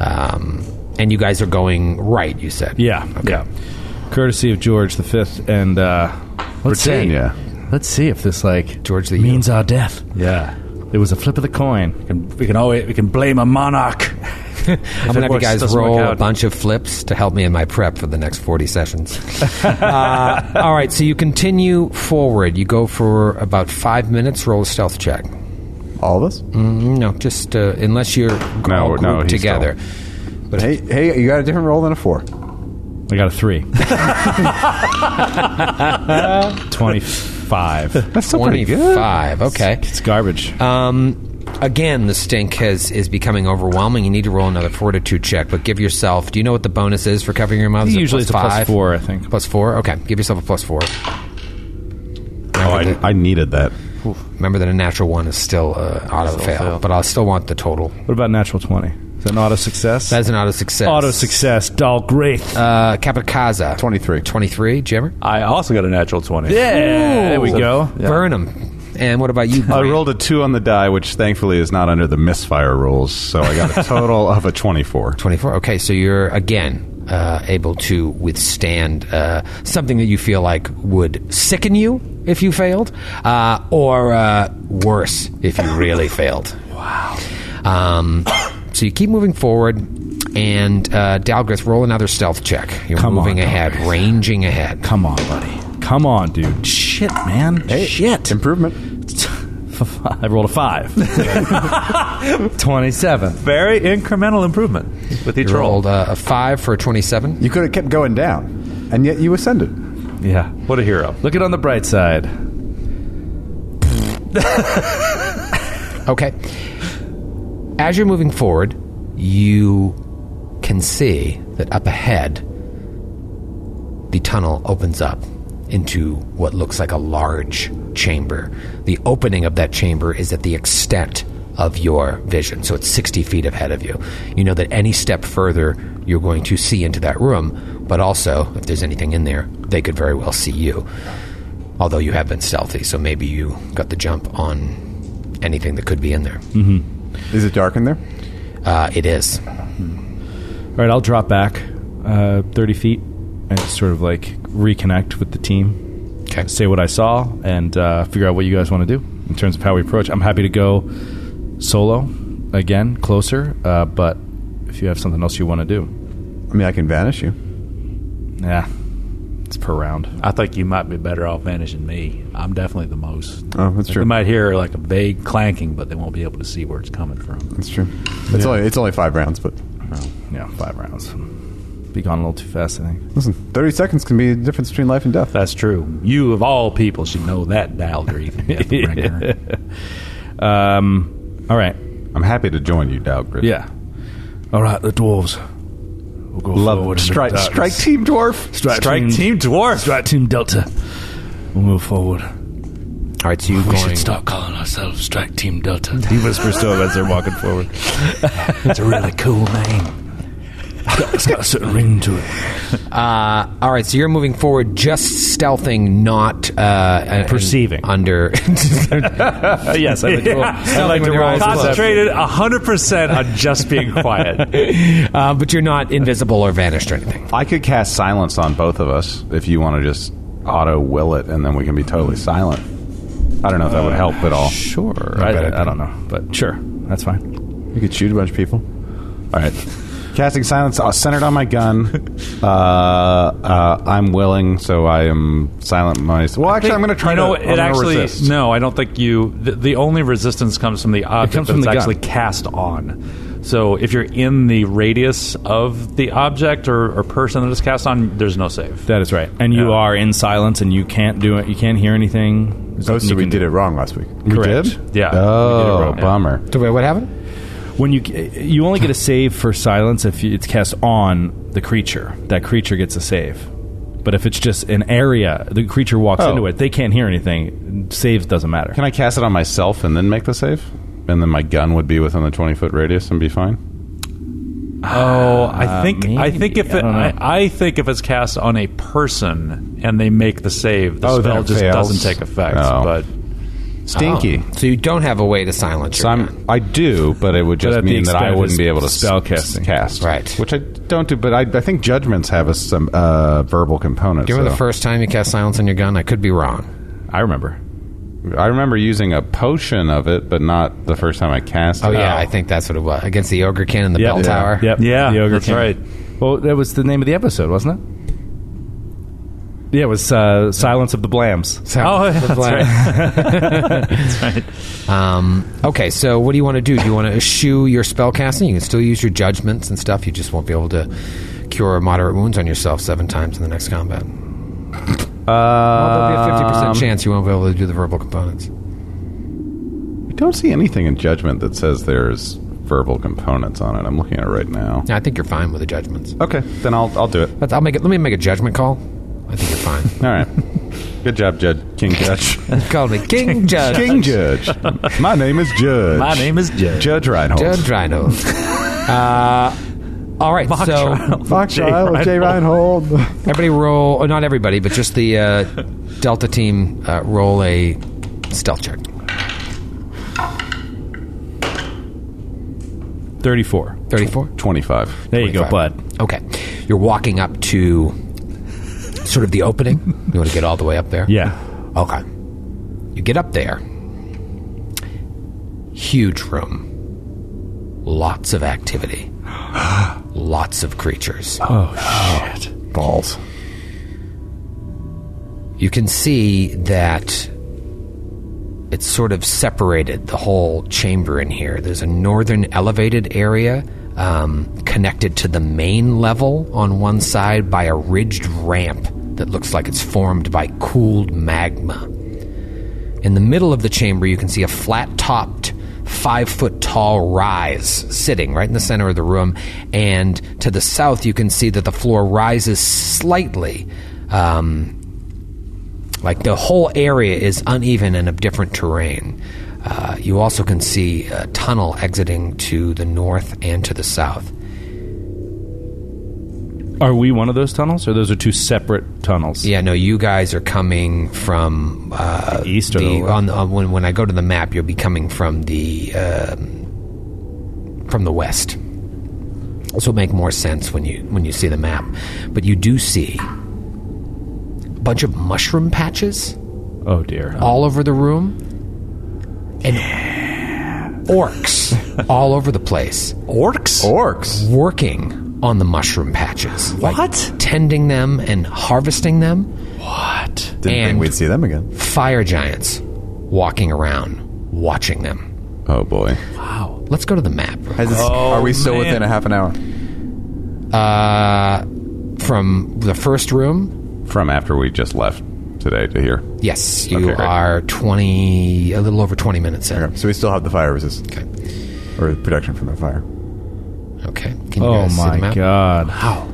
C: um, and you guys are going right. You said,
D: Yeah. Yeah. Courtesy of George the Fifth and uh, let's
G: Britannia.
D: see. Let's see if this like
C: George the
D: means our death.
E: Yeah.
B: It was a flip of the coin.
I: can, we can always we can blame a
D: *laughs*
I: monarch.
C: I'm gonna have you
E: works,
C: guys
E: doesn't work
C: roll a
E: out.
C: bunch of flips to help me in my prep for the next 40 sessions. uh, all right, so you continue forward. You go for about five minutes. Roll a stealth check.
F: All of us?
C: Mm, No, just uh, unless you're
G: No,
C: all grouped
G: no, he's
C: together.
F: Hey, hey, you got a different roll than a four.
B: I got a three. *laughs* Twenty-five.
G: That's still pretty good.
C: 25. Okay.
B: It's garbage.
C: Um, again, the stink has is becoming overwhelming. You need to roll another fortitude check, but give yourself. Do you know what the bonus is for covering your mouth? Is it
B: Usually
C: plus
B: it's a plus
C: five?
B: four, I think.
C: Plus four. Okay, give yourself a plus four.
G: Oh, I, I needed that.
C: Remember that a natural one is still uh, auto fail, but I still want the total.
B: What about natural twenty? Is that an auto success?
C: That's an auto success.
B: auto success. Doll great.
C: Uh, Capicazza.
F: 23.
C: 23, Jimmer?
E: I also got a natural 20.
B: yeah. There we go.
C: Burnham. And what about you?
G: I
C: Grant?
G: rolled a two on the die, which thankfully is not under the misfire rules, so I got a *laughs* total of a twenty-four.
C: 24. Okay, so you're again uh, able to withstand uh, something that you feel like would sicken you if you failed, uh, or uh, worse, if you
B: *laughs*
C: really failed. Wow. Um, so you keep moving forward, and uh, Dalgrith, roll another stealth check. You're
B: Come on,
C: moving ahead, ranging ahead.
B: Come on, buddy. Come on, dude. Shit, man. Shit.
F: Improvement.
B: *laughs* I rolled a
G: *laughs*
B: five. Twenty-seven.
E: Very incremental improvement with each
C: You
E: roll.
C: rolled uh, a 5 for a 27.
F: You could have kept going down, and yet you ascended.
B: Yeah.
E: What a hero.
B: Look it on the bright side.
C: Okay. As you're moving forward, you can see that up ahead, the tunnel opens up into what looks like a large chamber. The opening of that chamber is at the extent of your vision, so it's 60 feet ahead of you. You know that any step further, you're going to see into that room, but also, if there's anything in there, they could very well see you. Although you have been stealthy, so maybe you got the jump on anything that could be in there.
F: Is it dark in there?
C: Uh, it is.
B: All right, I'll drop back uh, 30 feet and just sort of like reconnect with the team,
C: Okay.
B: say what I saw, and uh, figure out what you guys want to do in terms of how we approach. I'm happy to go solo again, closer, uh, but if you have something else you want to do,
F: I mean, I can vanish you.
B: yeah, it's per round.
E: I think you might be better off vanishing me. I'm definitely the most.
F: Oh, that's
E: They
F: true.
E: might hear like a vague clanking, but they won't be able to see where it's coming from.
F: That's true. It's only it's only five rounds, but
B: Yeah, five rounds. Be gone a little too fast, I think.
F: listen, thirty seconds can be the difference between life and death.
E: That's true. You, of all people, should know that, *laughs* Dalgreath.
B: *laughs*
E: Death bringer.
B: Um, all right,
G: I'm happy to join you, Dalgrid.
B: yeah. All right, the dwarves. We'll go forward. in the
G: strike,
B: darkness.
G: strike team dwarf.
B: Strike,
E: Strike Team Dwarf.
B: Strike Team Delta. We'll move forward.
C: All right, so you're
I: We
C: going.
I: should start calling ourselves Strike Team Delta.
B: He whispers to him as they're walking *laughs* forward.
E: It's a really cool name.
I: It's got a certain ring to it.
C: Uh, all right, so you're moving forward, just stealthing, not uh, and-
B: Perceiving.
C: under. *laughs*
B: Uh,
E: yes, I *laughs* like, I like
C: Something
E: to
C: with your
E: roll.
C: eyes closed.
E: Concentrated 100% on just being *laughs* quiet.
C: uh, but you're not invisible or vanished or anything.
G: I could cast silence on both of us if you want to just auto will it, and then we can be totally silent. I don't know if that would help at all.
B: Sure. I, I, don't know, but sure. That's fine.
F: You could shoot a bunch of people.
G: All right. Casting silence uh, centered on my gun. Uh, uh, I'm willing, so I am silent. My well, actually, I'm going to try.
E: You know,
G: to,
E: what,
G: I'm
E: it
G: gonna
E: actually
G: resist.
E: no. I don't think you. The, the only resistance comes from the object
B: comes
E: that
B: from
E: it's
B: the gun.
E: actually cast on. So if you're in the radius of the object or, or person that is cast on, there's no save.
B: That is right. And you
E: Yeah.
B: are in silence, and you can't do it. You can't hear anything. There's
F: Oh,
B: nothing
F: so
B: you
F: we
B: can
F: did
B: do.
F: it wrong last
G: *laughs*
F: week.
G: We
B: Correct.
G: did?
E: Yeah.
G: Oh,
E: We did it wrong.
G: bummer.
C: So wait, what happened?
B: When you you only get a save for silence if you, it's cast on the creature. That creature gets a save. But if it's just an area, the creature walks
G: Oh.
B: into it. They can't hear anything. Saves doesn't matter.
G: Can I cast it on myself and then make the save? And then my gun would be within the 20 foot radius and be fine?
E: Oh, I think I think
B: maybe.
E: if
B: I
E: it,
B: don't
E: I,
B: know.
E: I think if it's cast on a person and they make the save, the
G: Oh, then
E: spell
G: it
E: just
G: fails.
E: doesn't take effect.
G: Oh.
E: But
G: Stinky.
C: Oh, so you don't have a way to silence
G: So
C: your
G: I'm, I do, but it would
B: But
G: just
B: at the
G: mean that I
B: expense
G: wouldn't be able to
B: spell
G: s- s-
B: casting.
G: cast.
C: Right.
G: Which I don't do, but I, I think judgments have a, some uh, verbal component.
C: Do you remember
G: so-
C: the first time you cast silence on your gun? I could be wrong.
B: I remember.
G: I remember using a potion of it, but not the first time I cast
C: Oh
G: it.
C: yeah,
G: out.
C: I think that's what it was against the ogre kin in the bell
B: yeah.
C: tower.
B: Yep.
E: Yeah,
B: The ogre
E: that's
B: king.
E: right.
B: Well, that was the name of the episode, wasn't it? Yeah, it was uh, Silence of the Blams.
C: So-
E: Oh, yeah, that's right.
C: Um, okay, so what do you want to do? Do you want to eschew your spell casting? You can still use your judgments and stuff. You just won't be able to cure moderate wounds on yourself seven times in the next combat. Uh, there'll be a fifty percent chance you won't be able to do the verbal components.
G: I don't see anything in judgment that says there's verbal components on it. I'm looking at it right now.
C: Yeah, I think you're fine with the judgments.
G: Okay, then I'll I'll do it.
C: But I'll make it. Let me make a judgment call. I think you're
G: All *laughs* right. Good job, Judge *laughs* King Judge.
C: fine. Call me King Judge.
G: King Judge. My name is Judge.
E: My name is Judge.
G: Judge Reinhold.
C: Judge Reinhold. uh, all right, so
F: Fox Trial of Jay Reinhold.
C: *laughs* everybody roll. Or not everybody, but just the uh, Delta team uh, roll a stealth check.
B: 34.
C: Thirty-four.
G: Twenty-five.
B: There you go,
C: 25.
B: bud.
C: Okay. You're walking up to sort of the opening. You want to get all the way up there?
B: Yeah.
C: Okay. You get up there. Huge room. Lots
B: *gasps*
C: of activity. Lots of creatures.
B: Oh,
F: Balls.
C: You can see that it's sort of separated the whole chamber in here. There's a northern elevated area um, connected to the main level on one side by a ridged ramp that looks like it's formed by cooled magma. In the middle of the chamber, you can see a flat topped, five foot tall rise sitting right in the center of the room. And to the south, you can see that the floor rises slightly. Um, like the whole area is uneven and of different terrain. Uh, you also can see a tunnel exiting to the north and to the south.
B: Are we one of those tunnels, or those are two separate tunnels?
C: Yeah, no, you guys are coming from uh,
B: The east or the west?
C: on, on when, when I go to the map, you'll be coming from the um, from the west. This will make more sense when you when you see the map, but you do see a bunch of mushroom patches.
B: Oh, dear.
C: all over the room and orcs all over the place
E: Orcs?
F: Orcs.
C: working on the mushroom patches what tending them and harvesting them
F: Didn't
C: And-
F: think we'd see them again.
C: fire giants walking around watching them
G: Oh boy.
C: let's go to the map
F: Has this, are
G: Oh,
F: we still within a half an hour?
C: uh, from the first room
G: From after we just left today to here.
C: yes you
G: Okay, great.
C: are 20 a little over 20 minutes in
F: So we still have the fire resist
C: okay
F: or protection from the fire.
C: okay can you
B: Oh,
C: guys see the
B: my
C: map
B: God.
C: wow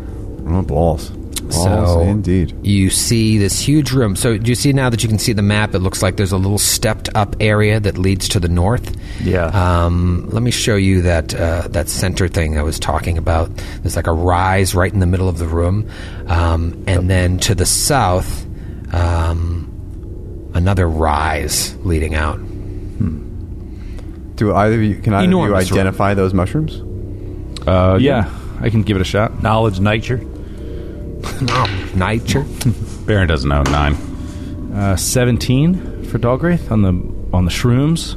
F: Oh, balls. Balls
C: So-
F: indeed.
C: you see this huge room. So do you see now that you can see the map? It looks like there's a little stepped up area that leads to the north.
E: Yeah.
F: Uh,
C: Um, let me show you that uh, that center thing I was talking about. There's like a rise right in the middle of the room, um, and then to the south, um, another rise leading out.
F: Do either of you can either of you
C: Enormous room.
F: identify those mushrooms?
B: Uh, yeah, I can give it a shot.
E: Knowledge, nature.
C: Nature.
G: Baron doesn't know nine.
B: Uh, 17 for Dalgraith on the on the shrooms.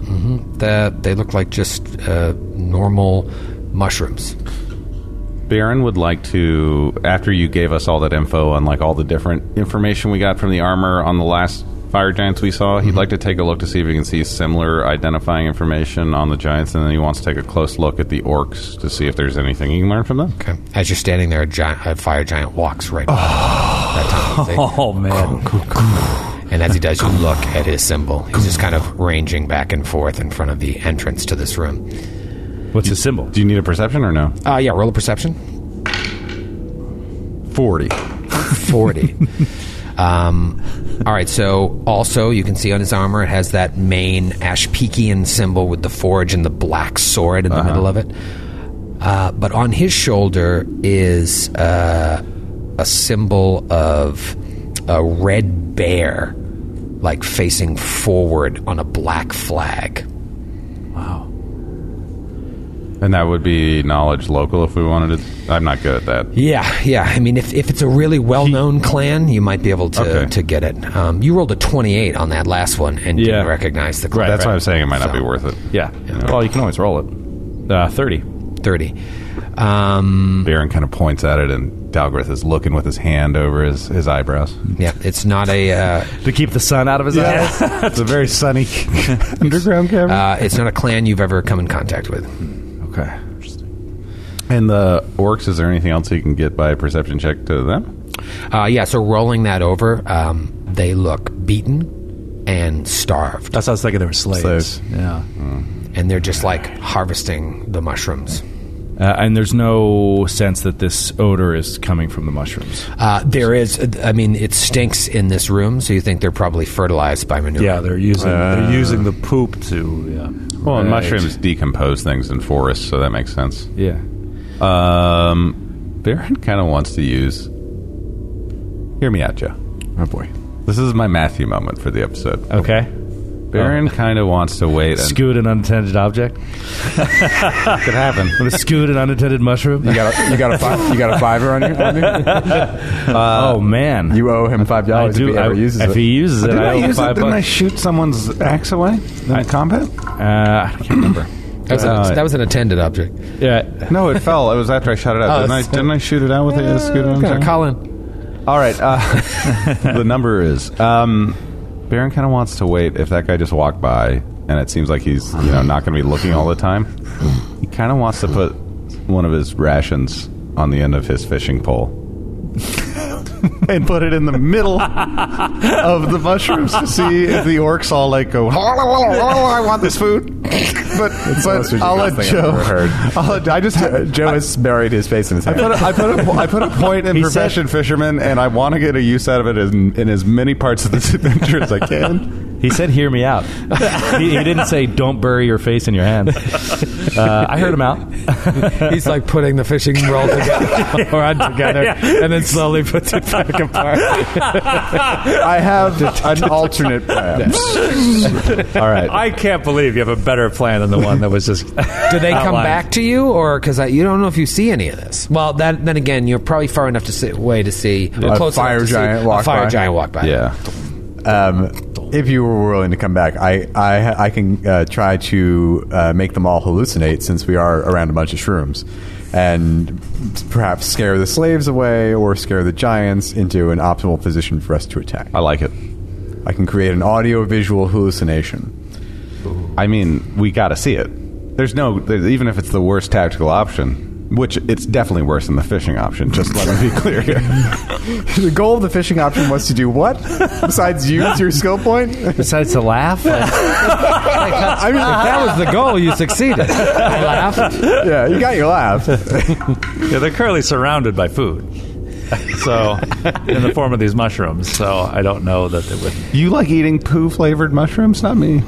C: The, they look like just uh, normal mushrooms.
G: Baron would like to, after you gave us all that info on like all the different information we got from the armor on the last fire giants we saw,
E: Mm-hmm.
G: he'd like to take a look to see if he can see similar identifying information on the giants, and then he wants to take a close look at the orcs to see if there's anything he can learn from them.
C: Okay. As you're standing there, a, giant, a fire giant walks right. by that tunnel. See?
E: Oh, man.
C: And as he does, you look at his symbol. He's just kind of ranging back and forth in front of the entrance to this room.
B: What's his symbol?
G: Do you need a perception or no?
C: Uh, yeah, roll a perception.
G: 40.
C: 40. um, all right, so also you can see on his armor it has that main Ashpeakian symbol with the forge and the black sword in the middle of it. Uh, but on his shoulder is uh, a symbol of a red bear, like facing forward on a black flag.
G: And that would be knowledge local if we wanted it. I'm not good at that.
C: Yeah, yeah. I mean, if, if it's a really well known clan, you might be able to,
G: Okay.
C: to get it. Um, you rolled a 28 on that last one and
E: Yeah.
C: didn't recognize the clan.
E: Right,
G: That's why I'm saying it might not be worth it.
E: Yeah.
G: Well,
E: Well, you can always roll it. Uh, 30.
C: 30. Um,
G: Baron kind of points at it, and Dalgrith is looking with his hand over his, his eyebrows.
C: yeah, it's not a uh,
E: To keep the sun out of his eyes?
G: It's a very sunny underground cavern.
C: uh, it's not a clan you've ever come in contact with.
G: Okay. And the orcs, is there anything else you can get by a perception check to them?
C: Uh, yeah, so rolling that over, um, they look beaten and starved,
B: That's what I was thinking. They were slaves.
F: Slaves.
B: Yeah.
C: and they're just like harvesting the mushrooms.
E: Uh, and there's no sense that this odor is coming from the mushrooms.
C: Uh, there is, I mean, it stinks in this room, so you think they're probably fertilized by manure.
B: Yeah, they're using
E: Uh,
B: they're using the poop to yeah.
G: Well, and
E: Right.
G: mushrooms decompose things in forests, so that makes sense.
E: Yeah.
G: Um, Baron kind of wants to use. Hear me out, Joe.
F: Oh boy.
G: This is my Matthew moment for the episode.
E: Okay.
G: Baron kind of wants to wait. And
E: Scoot an unattended object.
G: could happen.
E: I'm going to scoot an unattended mushroom.
F: You got a, you got a five, you got a fiver on you.
B: *laughs*
F: On you?
E: oh, man.
F: you owe him five
E: I
F: dollars if
E: do.
F: he ever
E: I-
F: uses
E: if
F: it.
E: he uses it, I owe him five bucks.
G: shoot someone's axe away in combat?
E: Uh, I can't remember.
C: That was,
E: Uh,
C: an, that was an attended object.
E: yeah.
G: No, it fell. It was after I shot it out.
C: Oh,
G: didn't, I,
C: it's-
G: didn't I shoot it out with a scoot on?
C: Okay,
G: something?
C: Uh, Colin.
G: All right. Uh, *laughs* the number is. Um, Baron kind of wants to wait if that guy just walked by, and it seems like he's you know not going to be looking all the time. He kind of wants to put one of his rations on the end of his fishing pole *laughs* and put it in the middle of the mushrooms to see if the orcs all like go. "Oh, I want this food, but, but I'll let
F: thing I've
G: Joe.
F: ever heard.
G: *laughs* I'll let, I just
F: Uh, Joe has buried his face in his
G: I
F: hands.
G: put, a, I, put a, I put a point in
E: He
G: profession fisherman, and I want to get a use out of it in, in as many parts of this *laughs* adventure as I can.
E: He said, hear me out. he, he didn't say, don't bury your face in your hands. Uh, I heard him out.
C: He's like putting the fishing roll together, or on together, and then slowly puts it back apart.
F: I have an alternate plan.
G: All right.
B: I can't believe you have a better plan than the one that was just.
C: Do they come
B: Outlined.
C: back to you, or because you don't know if you see any of this? Well, that, then again, you're probably far enough to see, away to see
F: A
C: close enough
F: fire
C: to see
F: giant
C: a
F: walk
C: fire
F: by.
C: giant walk by.
G: yeah.
F: Um, if you were willing to come back, I I, I can uh, try to uh, make them all hallucinate since we are around a bunch of shrooms, and perhaps scare the slaves away or scare the giants into an optimal position for us to attack.
G: I like it.
F: I can create an audio-visual hallucination.
G: I mean, we got to see it. There's no, there's, even if it's the worst tactical option, which it's definitely worse than the fishing option, just let me be clear
F: *laughs*
G: here.
F: the goal of the fishing option was to do what? Besides use your skill point?
E: Besides to laugh.
C: *laughs*
F: I mean,
C: That was the goal. You succeeded. I laughed.
F: yeah, you got your laugh.
B: yeah, they're currently surrounded by food. So, in the form of these mushrooms. So I don't know that they would.
G: You like eating poo flavored mushrooms? Not me.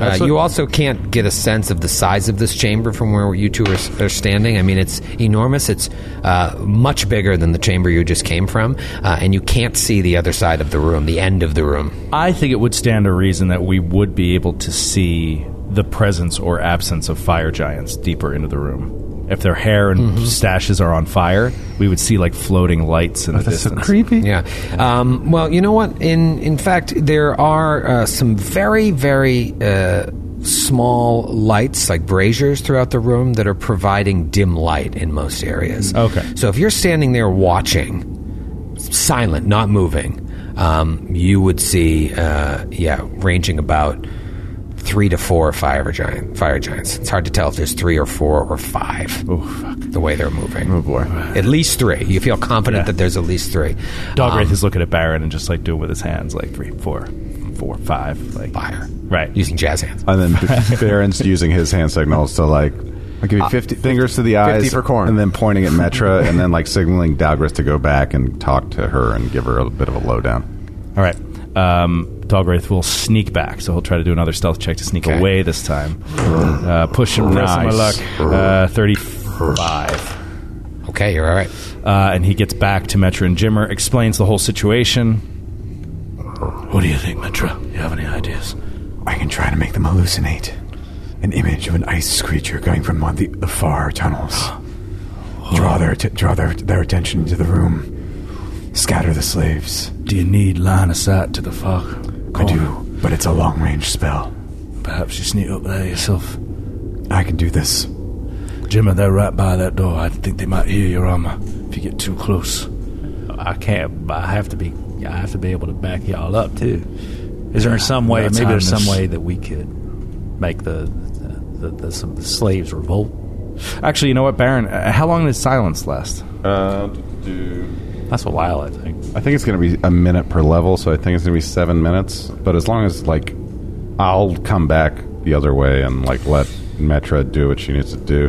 C: Uh, you also can't get a sense of the size of this chamber from where you two are, are standing. I mean, it's enormous. It's uh, much bigger than the chamber you just came from, uh, and you can't see the other side of the room, the end of the room.
E: I think it would stand to reason that we would be able to see the presence or absence of fire giants deeper into the room. If their hair and stashes are on fire, we would see like floating lights in the distance.
C: Yeah. Um, well, you know what? In in fact, there are uh, some very very. Uh, Small lights like braziers throughout the room that are providing dim light in most areas.
E: Okay.
C: So if you're standing there watching, silent, not moving, um, you would see, uh, yeah, ranging about three to four fire giant fire giants. It's hard to tell if there's three or four or five. Oh fuck! The way they're moving. Oh boy! At least three. You feel confident that there's at least three.
E: Dog Wraith is looking at Baron and just like doing with his hands like three, four, four, five, like
C: Fire.
E: Right.
C: Using jazz hands.
G: And then Baron's using his hand signals to like. uh,
F: I'll give you 50
G: fingers to the eyes,
F: 50 for corn.
G: and then pointing at Metra, and then like signaling Dalgrith to go back and talk to her and give her a bit of a lowdown.
E: All right. Um, Dog Wraith will sneak back, so he'll try to do another stealth check to sneak
C: Okay.
E: away this time. Uh, push him, nice. my luck.
G: Nice.
E: Uh, Thirty-five.
C: Okay, you're all right.
E: uh, and he gets back to Metra and Jimmer, explains the whole situation. What do you think, Metra? You have any ideas?
F: I can try to make them hallucinate. an image of an ice creature going from one of the, the far tunnels. draw their atten- draw their, their attention to the room. Scatter the slaves.
B: Do you need line of sight to the fog?
F: I do, but it's a long range spell.
B: Perhaps you sneak up there yourself.
F: I can do this.
B: Jimmy, they're right by that door. I think they might hear your armor if you get too close.
D: I can't. I have to be. I have to be able to back y'all up too. Is there some way?
B: Well,
D: Maybe there's
B: time
D: some
B: is-
D: way that we could make the the, the, the, some, the slaves revolt.
E: Actually, you know what, Baron? Uh, how long does silence last?
G: Uh,
D: That's a while, I think.
G: I think it's going to be a minute per level, so I think it's going to be seven minutes. But as long as like, I'll come back the other way and like let Metra do what she needs to do.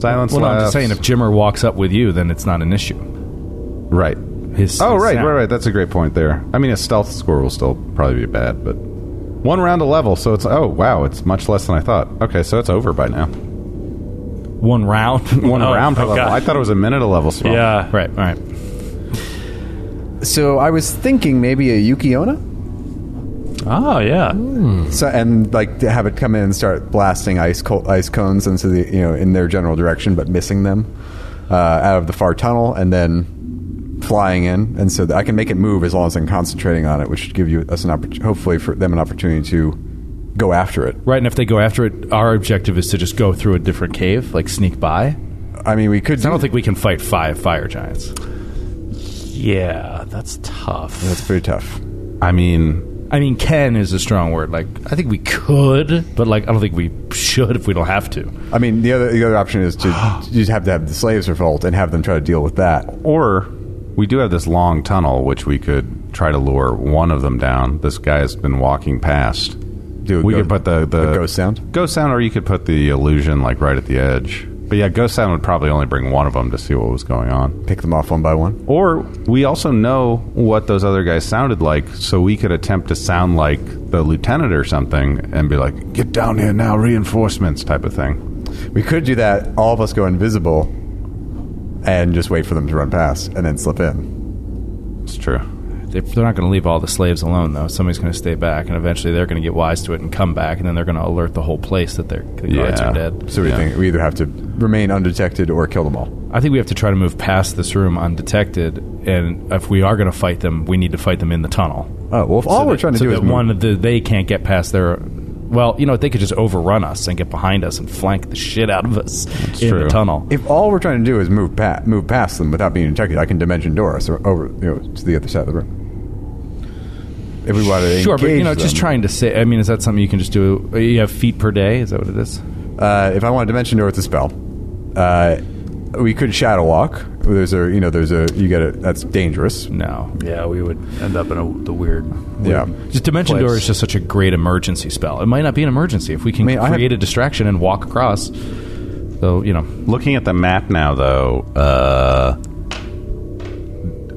G: Silence.
E: Well, no, I'm just
G: laughs.
E: saying, if Jimmer walks up with you, then it's not an issue.
G: right.
E: His
G: Oh,
E: his
G: right,
E: sound.
G: right, right. That's a great point there. I mean, a stealth score will still probably be bad, but one round a level, so it's oh wow, it's much less than I thought. Okay, so it's over by now.
E: One
G: *laughs*
E: round.
G: One
D: Oh,
G: round per
D: oh,
G: level.
D: God.
G: I thought it was a minute a level spell.
D: Yeah.
E: right, all right.
F: So I was thinking maybe a Yukiona,
D: Oh yeah.
F: so, and like to have it come in and start blasting ice co- ice cones into the you know in their general direction, but missing them uh, out of the far tunnel, and then flying in, and so that I can make it move as long as I'm concentrating on it, which should give you us an oppor- hopefully for them an opportunity to go after it.
E: Right, and if they go after it, our objective is to just go through a different cave, like sneak by. 'Cause
F: I mean, we could.
E: I don't think we can fight five fire giants.
D: Yeah. That's tough.
F: that's pretty tough.
G: I mean,
E: I mean, can is a strong word. Like, I think we could, but like, I don't think we should if we don't have to.
F: I mean, the other the other option
G: *gasps*
F: is to you have to have the slaves revolt and have them try to deal with that.
G: or we do have this long tunnel, which we could try to lure one of them down. This guy has been walking past.
F: Do a
G: we
F: ghost-
G: could put the, the
F: a ghost sound?
G: ghost sound, or you could put the illusion like right at the edge. But yeah, ghost sound would probably only bring one of them to see what was going on.
F: Pick them off one by one.
G: Or we also know what those other guys sounded like, so we could attempt to sound like the lieutenant or something, and be like, "Get down here now, reinforcements," type of thing.
F: We could do that. All of us go invisible and just wait for them to run past and then slip in.
G: It's true.
E: They- They're not going to leave all the slaves alone, though. Somebody's going to stay back, and eventually they're going to get wise to it and come back, and then they're going to alert the whole place that their the guards
G: Yeah.
E: are dead.
F: So we think we either have to remain undetected or kill them all.
E: I think we have to try to move past this room undetected, and if we are going to fight them, we need to fight them in the tunnel.
F: Oh well, if all
E: So
F: we're
E: that-
F: trying to
E: so
F: do is
E: that
F: move-
E: one the, they can't get past their. Well, you know, they could just overrun us and get behind us and flank the shit out of us in
G: true.
E: the tunnel.
F: If all we're trying to do is move past move past them without being detected, I can dimension Doris or over you know to the other side of the room. If we wanted to
E: Sure, but you
F: engage
E: know, just
F: them-
E: trying to say. I mean, is that something you can just do? You have feet per day. Is that what it is?
F: Uh, if I want to dimension door, it's a spell. Uh, we could shadow walk. There's a, you know, there's a, you get it. That's dangerous.
E: No.
D: Yeah, we would end up in a, the weird.
F: Yeah.
E: Just dimension
D: Place.
E: door is just such a great emergency spell. It might not be an emergency if we can
F: I mean, I have-
E: create a distraction and walk across. Though you know,
G: Looking at the map now, though, uh,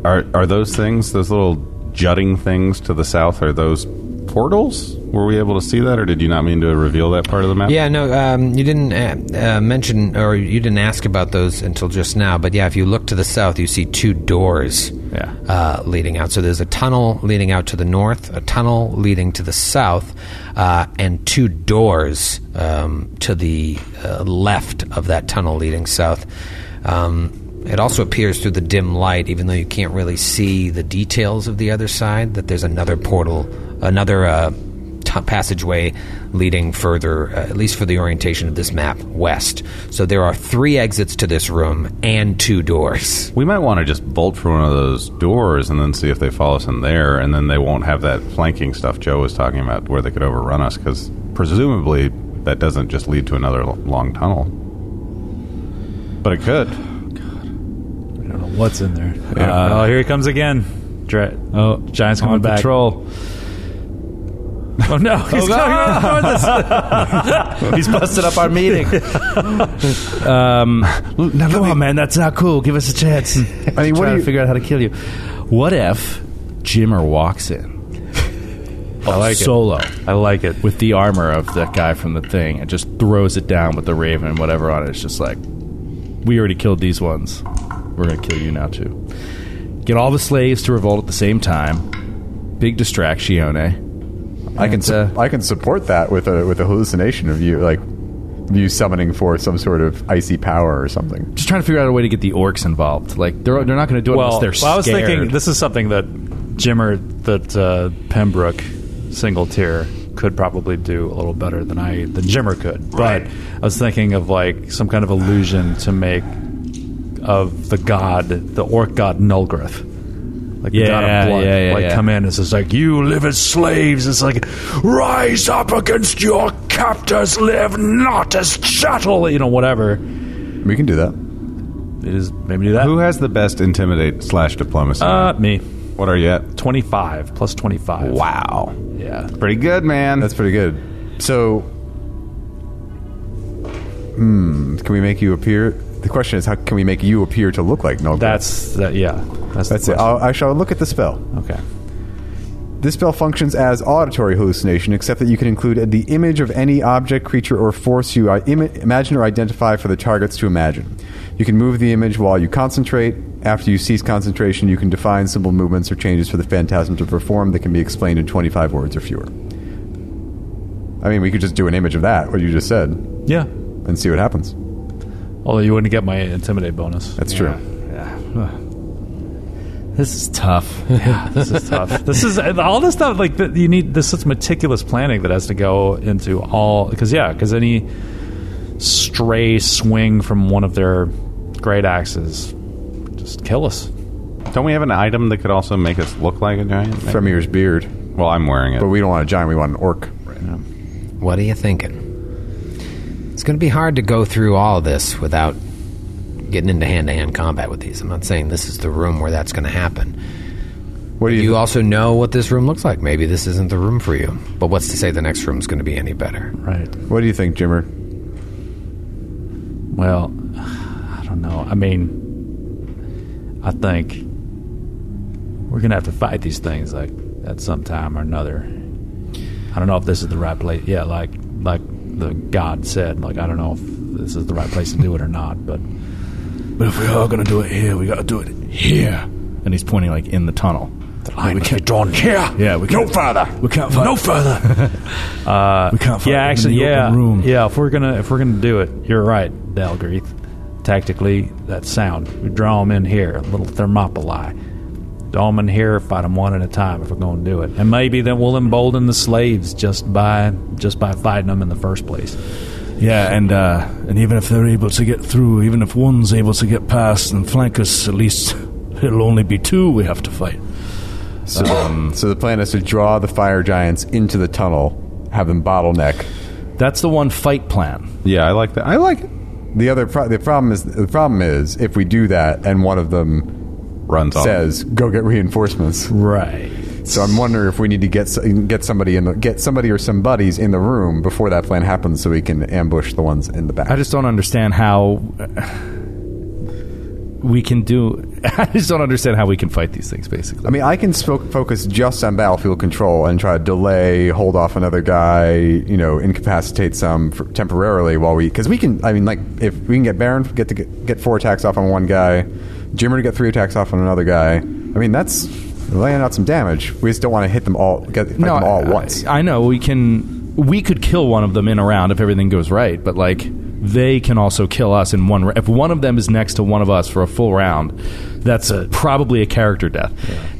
G: are are those things those little jutting things to the south? Are those portals? Were we able to see that, or did you not mean to reveal that part of the map?
C: Yeah, no, um, you didn't uh, uh, mention or you didn't ask about those until just now. But yeah, if you look to the south, you see two doors
E: Yeah.
C: uh, leading out. So there's a tunnel leading out to the north, a tunnel leading to the south, uh, and two doors um, to the uh, left of that tunnel leading south. Um, it also appears through the dim light, even though you can't really see the details of the other side, that there's another portal, another. Uh, t- passageway leading further, uh, at least for the orientation of this map, west. So there are three exits to this room and two doors.
G: We might want to just bolt for one of those doors and then see if they follow us in there, and then they won't have that flanking stuff Joe was talking about, where they could overrun us, because presumably that doesn't just lead to another l- long tunnel. But it could.
D: I don't know what's in there. Uh, oh, here he comes again. Dra-
E: oh,
D: Giant's coming
E: on
D: back.
E: patrol.
D: Oh no, he's coming towards us.
E: *laughs* He's busted up our meeting. um, come on, man, that's not cool. Give us
F: *laughs*
E: a chance. I
F: mean, what do
E: trying
F: you-
E: to figure out how to kill you. What if Jimmer walks in Oh,
D: I like it.
E: solo
D: I like it.
E: with the armor of that guy from the thing and just throws it down with the raven and whatever on it? It's just like, we already killed these ones. We're gonna kill you now too. Get all the slaves to revolt at the same time. Big distraction.
F: I can, su- I can support that with a, with a hallucination of you, like you summoning for some sort of icy power or something.
E: Just trying to figure out a way to get the orcs involved. Like they're they're not going to do it
J: well,
E: unless they're
J: well, I was
E: scared.
J: thinking this is something that Jimmer, that uh, Pembroke single tier could probably do a little better than I than Jimmer could. But I was thinking of like some kind of illusion to make of the god, the orc god Nulgrith. Like the god
E: Yeah,
J: of blood,
E: yeah, yeah,
J: like
E: yeah.
J: come in. It's just like you live as slaves. It's like rise up against your captors, live not as chattel. You know, whatever
F: We can do that.
J: it is. Maybe do that.
G: Who has the best intimidate slash diplomacy?
J: Uh, me.
G: what are you at?
J: 25 plus 25.
G: Wow.
J: Yeah.
G: Pretty good, man.
F: That's pretty good. So, hmm, can we make you appear? The question is, how can we make you appear to look like Nulgrith?
J: That's that yeah. That's,
F: that's
J: the
F: it. I'll, I shall look at the spell.
J: question. Okay.
F: This spell functions as auditory hallucination, except that you can include the image of any object, creature, or force you i- Im- imagine or identify for the targets to imagine. You can move the image while you concentrate. After you cease concentration, you can define simple movements or changes for the phantasm to perform that can be explained in 25 words or fewer. I mean, we could just do an image of that, what you just said,
J: Yeah.
F: and see what happens.
J: Although you wouldn't get my intimidate bonus.
F: That's true.
E: this is tough. *laughs*
J: This is tough. *laughs* this is all this stuff like that you need this is meticulous planning that has to go into all cuz yeah, cuz any stray swing from one of their great axes just kill us.
G: Don't we have an item that could also make us look like a giant?
F: Fremir's beard,
G: well, I'm wearing it.
F: but we don't want a giant, we want an orc.
C: What are you thinking? It's going to be hard to go through all of this without getting into hand to hand combat with these. I'm not saying this is the room where that's going to happen.
F: What do you,
C: You also know what this room looks like. Maybe this isn't the room for you. But what's to say the next room's going to be any better?
J: Right.
F: what do you think, Jimmer?
J: Well, I don't know. I mean, I think we're gonna have to fight these things like at some time or another. I don't know if this is the right place. Yeah, like like the God said. Like I don't know if this is the right place to do it or not. But
B: But if we are going to do it here, we got to do it here.
E: And he's pointing like in the tunnel.
B: we can't drawn here.
E: Yeah, we
B: no
E: can't-
B: further.
E: We can't fight.
B: No further. uh, we can't fight.
J: yeah,
B: in
J: actually,
B: the open
J: yeah,
B: Room.
J: yeah. If we're gonna if we're gonna do it, you're right, Dalgreath. Tactically, that's sound. We draw them in here, a little thermopylae. Draw them in here, fight them one at a time if we're gonna do it, and maybe then we'll embolden the slaves just by just by fighting them in the first place.
B: Yeah, and uh, and even if they're able to get through, even if one's able to get past and flank us, at least it'll only be two we have to fight.
F: So, so the plan is to draw the fire giants into the tunnel, have them bottleneck.
E: That's the one fight plan.
G: yeah, I like that. I like it.
F: The other pro- the problem is the problem is if we do that and one of them
G: Runs off.
F: says go get reinforcements.
J: Right.
F: So I'm wondering if we need to get s- get somebody in the get somebody or some buddies in the room before that plan happens so we can ambush the ones in the back.
E: I just don't understand how uh, we can do. *laughs* I just don't understand how we can fight these things. Basically,
F: I mean, I can spoke, focus just on battlefield control and try to delay, hold off another guy, you know, incapacitate some for, temporarily while we because we can. I mean, like if we can get Baron get to get, get four attacks off on one guy, Jimmer to get three attacks off on another guy. I mean, that's laying out some damage. We just don't want to hit them all, get fight them all at
E: I-
F: once.
E: I, know we can. We could kill one of them in a round if everything goes right, but like they can also kill us in one. ra- If one of them is next to one of us for a full round, that's probably a character death.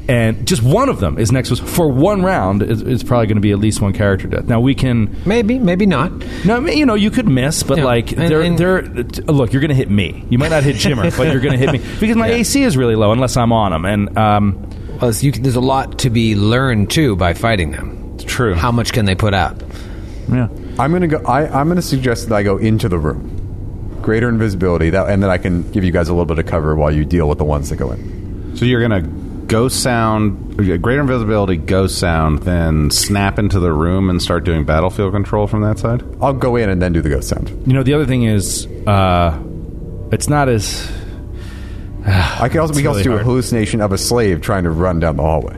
E: And just one of them is next to us for one round. It's, it's probably going to be at least one character death. Now we can.
C: Maybe, maybe not.
E: No, I mean, you know, you could miss, but
C: Yeah.
E: like,
C: And-
E: they're,
C: and-
E: they're, t- look, you're going to hit me. You might not hit Jimmer, but you're going
F: *laughs*
E: to hit me because my AC is really low unless I'm on him. And um,
C: Well, it's- you can- there's a lot to be learned, too, by fighting them.
G: It's true.
C: How much can they put out?
J: Yeah.
F: I'm gonna go. I, I'm gonna suggest that I go into the room, greater invisibility, that, and then I can give you guys a little bit of cover while you deal with the ones that go in.
G: so you're gonna ghost sound, greater invisibility, ghost sound, then snap into the room and start doing battlefield control from that side.
F: I'll go in and then do the ghost sound.
E: You know, the other thing is, uh, it's not as
F: I could also we can also
E: really
F: do a
E: hard.
F: hallucination of a slave trying to run down the hallway.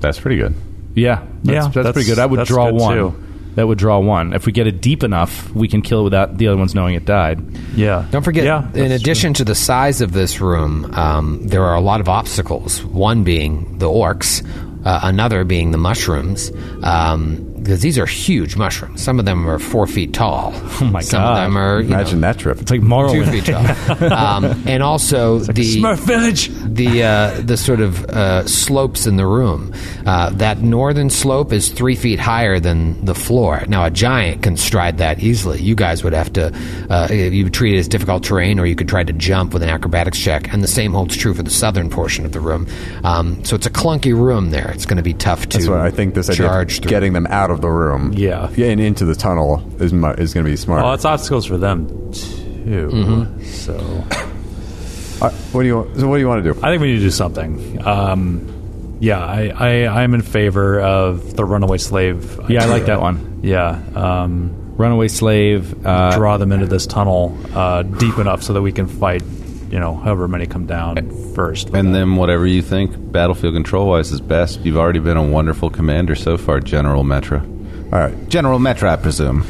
G: That's pretty good.
E: yeah. That's,
J: Yeah,
E: that's,
J: that's-
E: pretty good. I would
J: that's
E: draw
J: good,
E: one.
J: too.
E: That would draw one. If we get it deep enough, we can kill it without the other ones knowing it died.
J: Yeah.
C: Don't forget,
J: Yeah.
C: in
J: that's-
C: addition to the size of this room, um, there are a lot of obstacles. One being the orcs, uh, another being the mushrooms. Um, because these are huge mushrooms. Some of them are four feet tall. Oh
E: my
C: Some
E: God.
C: of them are you
F: Imagine
C: know,
F: that trip.
E: It's like
C: two
E: Morrowind.
C: feet tall. um, and also the
B: Smurf Village.
C: the uh, the sort of uh, slopes in the room. Uh, that northern slope is three feet higher than the floor. Now a giant can stride that easily. You guys would have to uh, you would treat it as difficult terrain, or you could try to jump with an acrobatics check. And the same holds true for the southern portion of the room. Um, so it's a clunky room there. It's going to be tough to.
F: That's why I think this idea of
C: charge through.
F: getting them out of the room,
J: Yeah.
F: and into the tunnel is mu- is going to be smart.
E: Oh,
J: Well, it's obstacles for them too. So
F: Uh, what do you want- so? What do you want to do?
J: I think we need to do something. Um, yeah, I, I I'm in favor of the runaway slave.
E: Yeah, I like that one.
J: Yeah, um,
E: Runaway slave. Uh,
J: draw them into this tunnel uh, deep enough so that we can fight. You know, however many come down first.
G: And then whatever you think battlefield control wise is best. You've already been a wonderful commander so far, General Metra.
F: All right.
G: General Metra, I presume.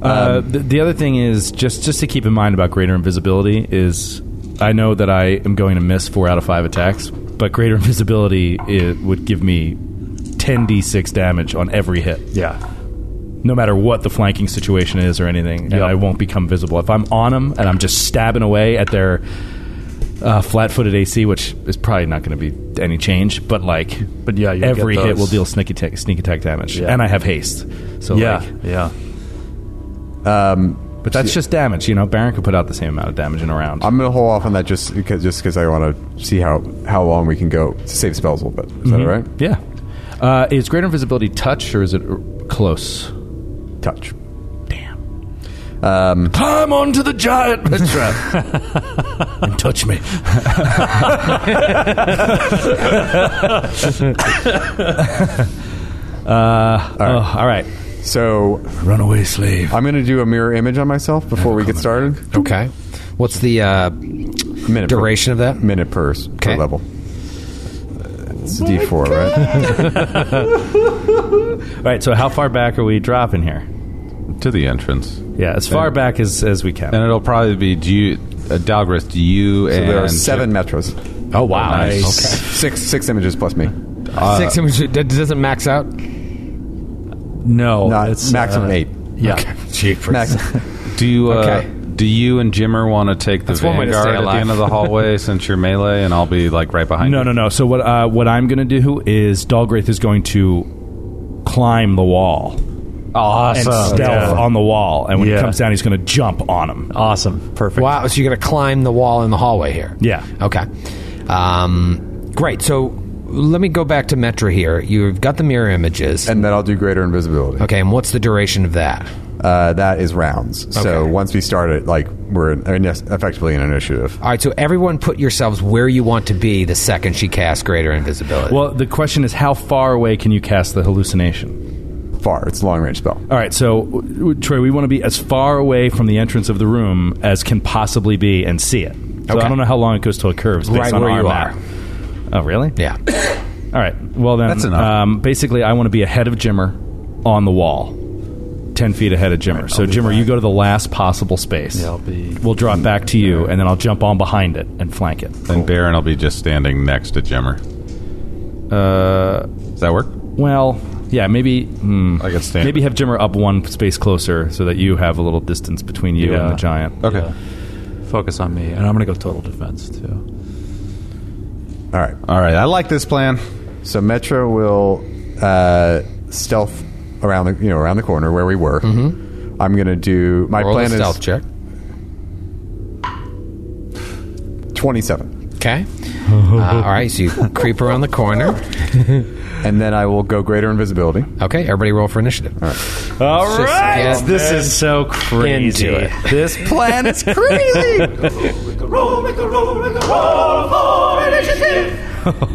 E: Uh,
J: Um,
E: the, the other thing is just just to keep in mind about greater invisibility is I know that I am going to miss four out of five attacks, but greater *laughs* invisibility it would give me ten d six damage on every hit,
J: yeah,
E: no matter what the flanking situation is or anything, and
J: Yep.
E: I won't become visible if I'm on them and I'm just stabbing away at their uh, flat-footed AC, which is probably not going to be any change, but like.
J: but yeah, you'll get
E: Every hit
J: those.
E: will deal sneak attack, sneak attack damage,
J: Yeah.
E: and I have haste, so
J: Yeah,
E: like,
J: yeah.
E: But that's just damage, you know. Baron could put out the same amount of damage in a round.
F: I'm going to hold off on that just because just because I want to see how how long we can go to save spells a little bit. Is that all right?
E: yeah. Uh, is greater invisibility touch or is it r- close?
F: Touch.
J: Um,
B: Climb onto the giant
J: *laughs*
B: Petra and touch me.
E: Oh, all right.
F: So
B: Runaway slave.
F: I'm going to do a mirror image on myself before we get started.
C: Okay, what's the uh,
F: A minute per-
C: duration of that?
F: minute per, s- per
C: Okay.
F: level. It's a D4, right?
E: All right. So how far back are we dropping here?
G: to the entrance.
E: Yeah, as
J: Uh,
E: far back as, as we can.
G: And it'll probably be do you, uh, Dalgris, do you
F: So
G: and
F: there are seven metros,
C: Oh wow,
G: Nice.
F: six six images plus me.
C: Okay. six images. That doesn't max out.
J: No,
F: Not
J: it's
F: maximum
J: uh,
F: eight.
J: Yeah,
F: Max.
G: Do you, uh,
C: Okay.
G: do you and Jimmer want to take the
C: That's one way to stay
G: vanguard at the
C: alive.
G: end of
C: *laughs*
G: the hallway since you're melee, and I'll be like right behind
E: No,
G: you?
E: no, no. So what? Uh, what I'm going to do is Dalgraith is going to climb the wall and
J: awesome.
E: stealth
J: Oh, yeah.
E: on the wall, and when
J: Yeah.
E: he comes down, he's going to jump on him.
J: awesome, perfect.
C: Wow, so you're going to climb the wall in the hallway here?
E: Yeah.
C: Okay. Um, great. So let me go back to Metra here. You've got the mirror images.
F: *laughs* and then I'll do greater invisibility.
C: okay, and what's the duration of that?
F: Uh, that is rounds. So
C: Okay.
F: once we start it, like we're in, I mean, yes, effectively in initiative.
C: All right, so everyone put yourselves where you want to be the second she casts Greater Invisibility.
E: Well, the question is, how far away can you cast the hallucination?
F: Far, it's a long range spell.
E: All right, so w- w- Troy, we want to be as far away from the entrance of the room as can possibly be and see it. So
C: Okay.
E: I don't know how long it goes till it curves based
C: Right
E: on
C: where
E: our
C: you
E: map. Oh, really?
C: yeah.
E: All right. Well then,
G: That's enough.
E: Um, basically, I want to be ahead of Jimmer on the wall, ten feet ahead of Jimmer. so Jimmer, you go to the last possible space.
J: Yeah, I'll be-
E: We'll drop back to you, and then I'll jump on behind it and flank it.
G: And Baron will be just standing next to Jimmer.
E: Uh,
G: Does that work?
E: well, yeah, maybe. Hmm,
G: I could stand.
E: Maybe have Jimmer up one space closer so that you have a little distance between you and
J: Yeah.
E: the giant.
G: Okay.
J: Focus on me, and I'm going to go total defense too.
F: All right.
G: All right. I like this plan.
F: So Metro will uh, stealth around the you know around the corner where we were. Mm-hmm. I'm gonna do my
C: Roll a
F: plan is
C: stealth check.
F: 27,
C: Okay.
E: *laughs*
C: Uh, all right, so you creep around the corner.
F: and then I will go greater invisibility.
C: Okay, everybody roll for initiative. All right.
E: All
C: Just
E: right,
C: get
E: this is so crazy.
C: into it.
E: *laughs* This
C: *laughs*
E: plan is crazy.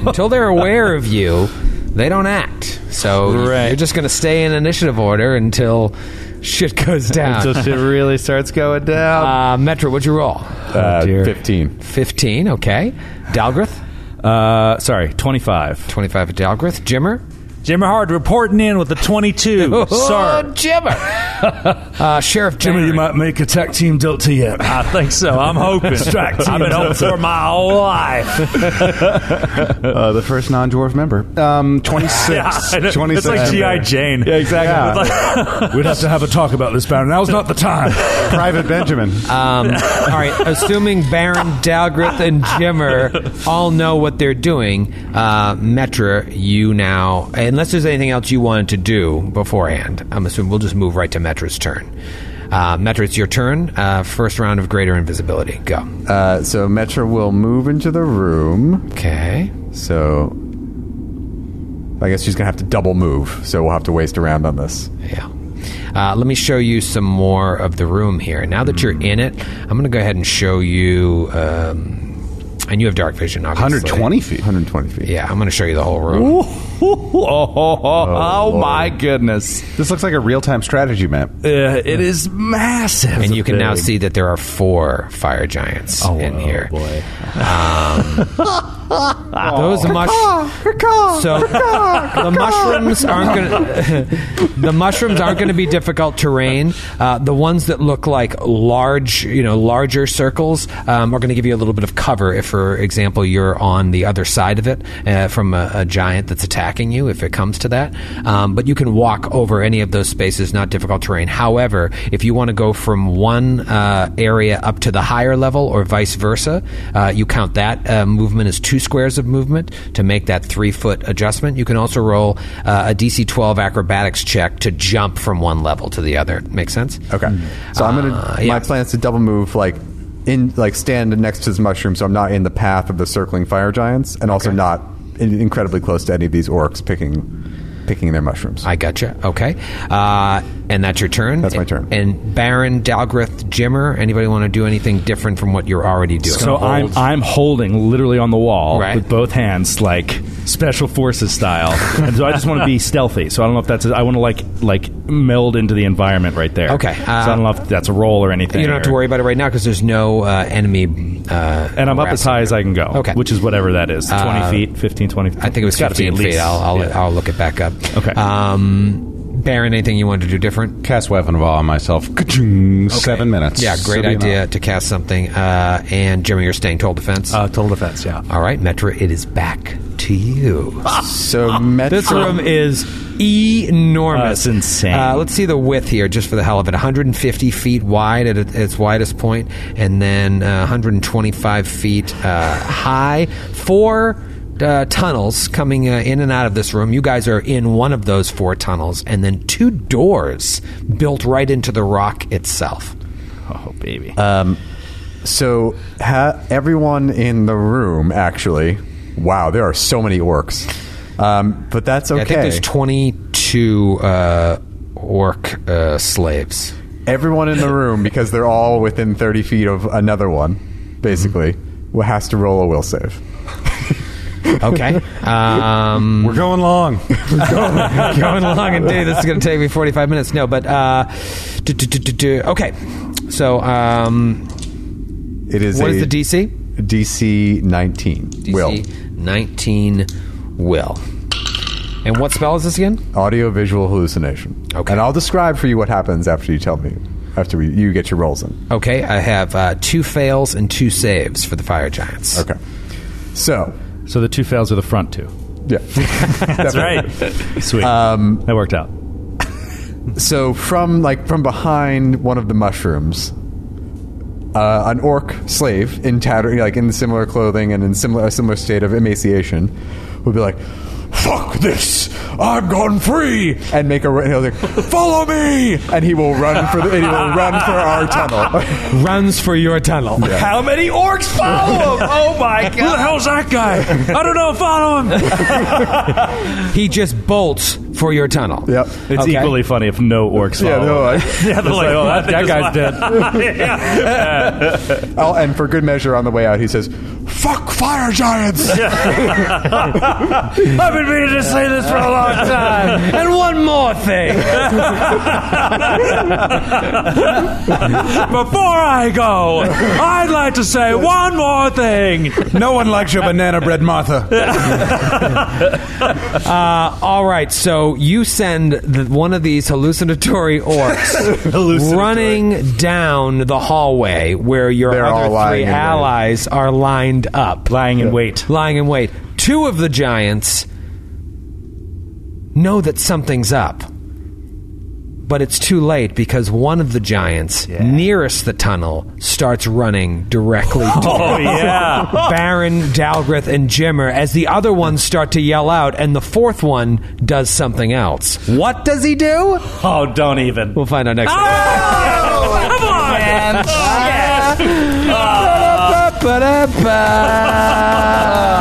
C: Until they're aware of you, they don't act. So you're just going to stay in initiative order until shit goes down.
E: shit really starts going down.
C: Uh, Metro, what'd you roll?
F: Uh,
E: Oh, dear.
F: 15.
C: 15, okay. Dalgrith,
E: Uh, sorry, twenty-five.
C: 25 for Dalgrith. Jimmer,
E: Jimmy Hard reporting in with
D: *laughs*
E: the 22.
C: Oh,
E: Sir,
C: Jimmy!
E: *laughs*
C: uh, Sheriff
B: Jimmy, you might
C: Barron.
B: make a tag team delta yet.
E: I think so. I'm hoping.
B: Strike team
E: I've been hoping for my whole life.
F: Uh, the first non-dwarf *laughs* member.
G: Um, 26.
E: Yeah, I know. it's like G.I. Jane.
G: Yeah, exactly.
B: We'd have to have a talk about this, Baron. Now's not the
D: *laughs*
B: time.
G: Private Benjamin.
C: Um, all right, assuming Baron Dalgrith and Jimmer all know what they're doing, uh, Metra, you now, unless there's anything else you wanted to do beforehand, I'm assuming we'll just move right to Metra's turn. Uh, Metra, it's your turn. Uh, first round of greater invisibility. Go.
F: Uh, so Metro will move into the room.
C: Okay.
F: So I guess she's gonna have to double move. So we'll have to waste around on this.
C: Yeah. Uh, let me show you some more of the room here. Now that you're in it, I'm going to go ahead and show you. Um, and you have dark vision, obviously.
G: 120 feet.
F: 120 feet.
C: Yeah, I'm going to show you the whole room.
D: oh my goodness.
G: This looks like a real time strategy map.
D: it is massive.
C: and you can now see that there are four fire giants in here. boy. Um, those mush- so the mushrooms aren't going *laughs* the mushrooms aren't going to be difficult terrain. Uh, the ones that look like large, you know, larger circles um, are going to give you a little bit of cover. If, for example, you're on the other side of it uh, from a, a giant that's attacking you, if it comes to that. Um, but you can walk over any of those spaces, not difficult terrain. However, if you want to go from one uh, area up to the higher level or vice versa, uh, you count that uh, movement as two squares of movement to make that three foot adjustment. You can also roll uh, a DC 12 acrobatics check to jump from one level to the other. Make sense?
F: Okay. So I'm gonna.
C: Mm. Uh,
F: my
C: yeah.
F: plan is to double move, like in, like stand next to this mushroom, so I'm not in the path of the circling fire giants, and also not in, incredibly close to any of these orcs picking, picking their mushrooms.
C: I gotcha. Okay. Uh, and that's your turn?
F: That's my turn.
C: And Baron, Dalgrith, Jimmer, anybody want to do anything different from what you're already
D: *laughs*
C: doing?
D: So I'm I'm holding literally on the wall
C: Right.
D: with both hands, like special forces
E: *laughs*
D: style. and so I just want to be stealthy. So I don't know if that's a, I want to like like meld into the environment right there.
C: Okay,
D: so
C: uh,
D: I don't know if that's a roll or anything.
C: you don't have to
D: or-
C: worry about it right now because there's no uh, enemy. Uh,
D: And I'm up as high as I can go.
C: Okay. Uh,
D: which is whatever that is, 20 feet, 15, 20.
C: I think it was
D: It's gotta be
C: 15
D: at
C: feet.
D: least-
C: I'll, I'll,
D: yeah.
C: I'll look it back up.
D: Okay.
C: Um, Baron, anything you wanted to do different?
G: Cast weapon of awe on myself. Ka-ching. Seven minutes.
C: Yeah, great
G: So be
C: idea
G: enough.
C: to cast something. Uh, and Jimmy, you're staying total defense.
E: Uh, total defense, yeah.
C: All right, Metra, it is back to you.
D: Ah,
F: so Metro,
C: This room is
D: E
C: enormous.
D: That's insane.
C: Uh, let's see the width here, just for the hell of it. 150 feet wide at it- its widest point, and then uh, 125 feet uh, high. Four. Uh, tunnels coming uh, in and out of this room. You guys are in one of those four tunnels, and then two doors built right into the rock itself.
D: Oh baby.
F: So ha- everyone in the room, actually, wow, there are so many orcs. Um, but that's okay.
C: I think there's 22 uh, orc
D: *laughs*
C: uh, slaves.
F: everyone in the room, because they're all within 30 feet of another one, basically,
C: Mm-hmm.
F: who has to roll a will save.
C: Okay. Um,
G: We're going long.
F: *laughs*
C: going long and dude, this is going to take me 45 minutes. No, but uh, do, do, do, do, do. okay. So, um,
F: It is
C: what
F: a
C: is the DC?
F: DC 19. Will.
C: DC 19 will. And what spell is this again?
F: Audio visual hallucination.
C: Okay.
F: And I'll describe for you what happens after you tell me, after we, you get your rolls in.
C: Okay, I have uh, two fails and two saves for the fire giants.
F: Okay. So,
D: so the two fails are the front two.
C: *laughs*
F: yeah.
E: That's right.
D: Sweet. Um, that worked out.
F: So from like from behind one of the mushrooms, uh, an orc slave in tattered, like in similar clothing and in similar a similar state of emaciation, would be like, "Fuck this! I'm gone free!" and make a run. He'll like, "Follow me!" and he will run for the and he will run for our tunnel. *laughs*
C: Runs for your tunnel.
B: How many orcs follow him? Oh my god! Who the hell's that guy? I don't know. Follow him.
C: He just bolts for your tunnel.
F: yep.
D: It's
C: Okay.
D: equally funny if no orcs
F: Yeah,
D: follow.
F: no, I,
E: Yeah, they're like,
B: *laughs*
D: oh, that- that guy's *laughs*
E: dead.
F: I'll, and for good measure, on the way out, he says, "Fuck fire giants!"
E: I've been meaning to say this for a long time.
C: And one more
B: poor thing. Before I go, I'd like to say one more thing.
K: No one likes your banana bread, Martha.
C: Uh, all right, so you send the, one of these hallucinatory
F: *laughs*
C: orcs running down the hallway where your
F: They're all
C: other three
F: lying in wait.
C: allies are lined up,
B: Lying in wait.
C: lying in wait. Two of the giants know that something's up, but it's too late because one of the giants nearest the tunnel starts running
B: *laughs*
C: directly
B: Oh,
C: towards
B: yeah.
C: Baron, Dalgrith, and Jimmer as the other ones start to yell out, and the fourth one does something else. What does he do?
B: Oh, don't even.
C: We'll find out next week.
B: Oh! Come on,
C: *laughs*
B: man.
C: Ba-da-ba.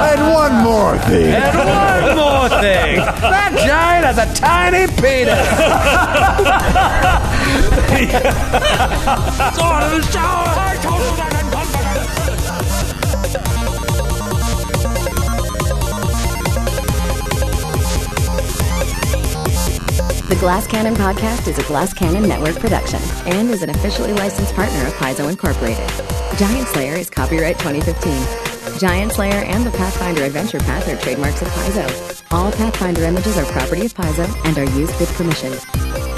F: And one more
G: *laughs*
F: thing.
C: and one more thing. That giant has a tiny penis. *laughs*
J: The Glass Cannon Podcast is a Glass Cannon Network production and is an officially licensed partner of Paizo Incorporated. Giant Slayer is copyright 2015. Giant Slayer and the Pathfinder Adventure Path are trademarks of Paizo. All Pathfinder images are property of Paizo and are used with permission.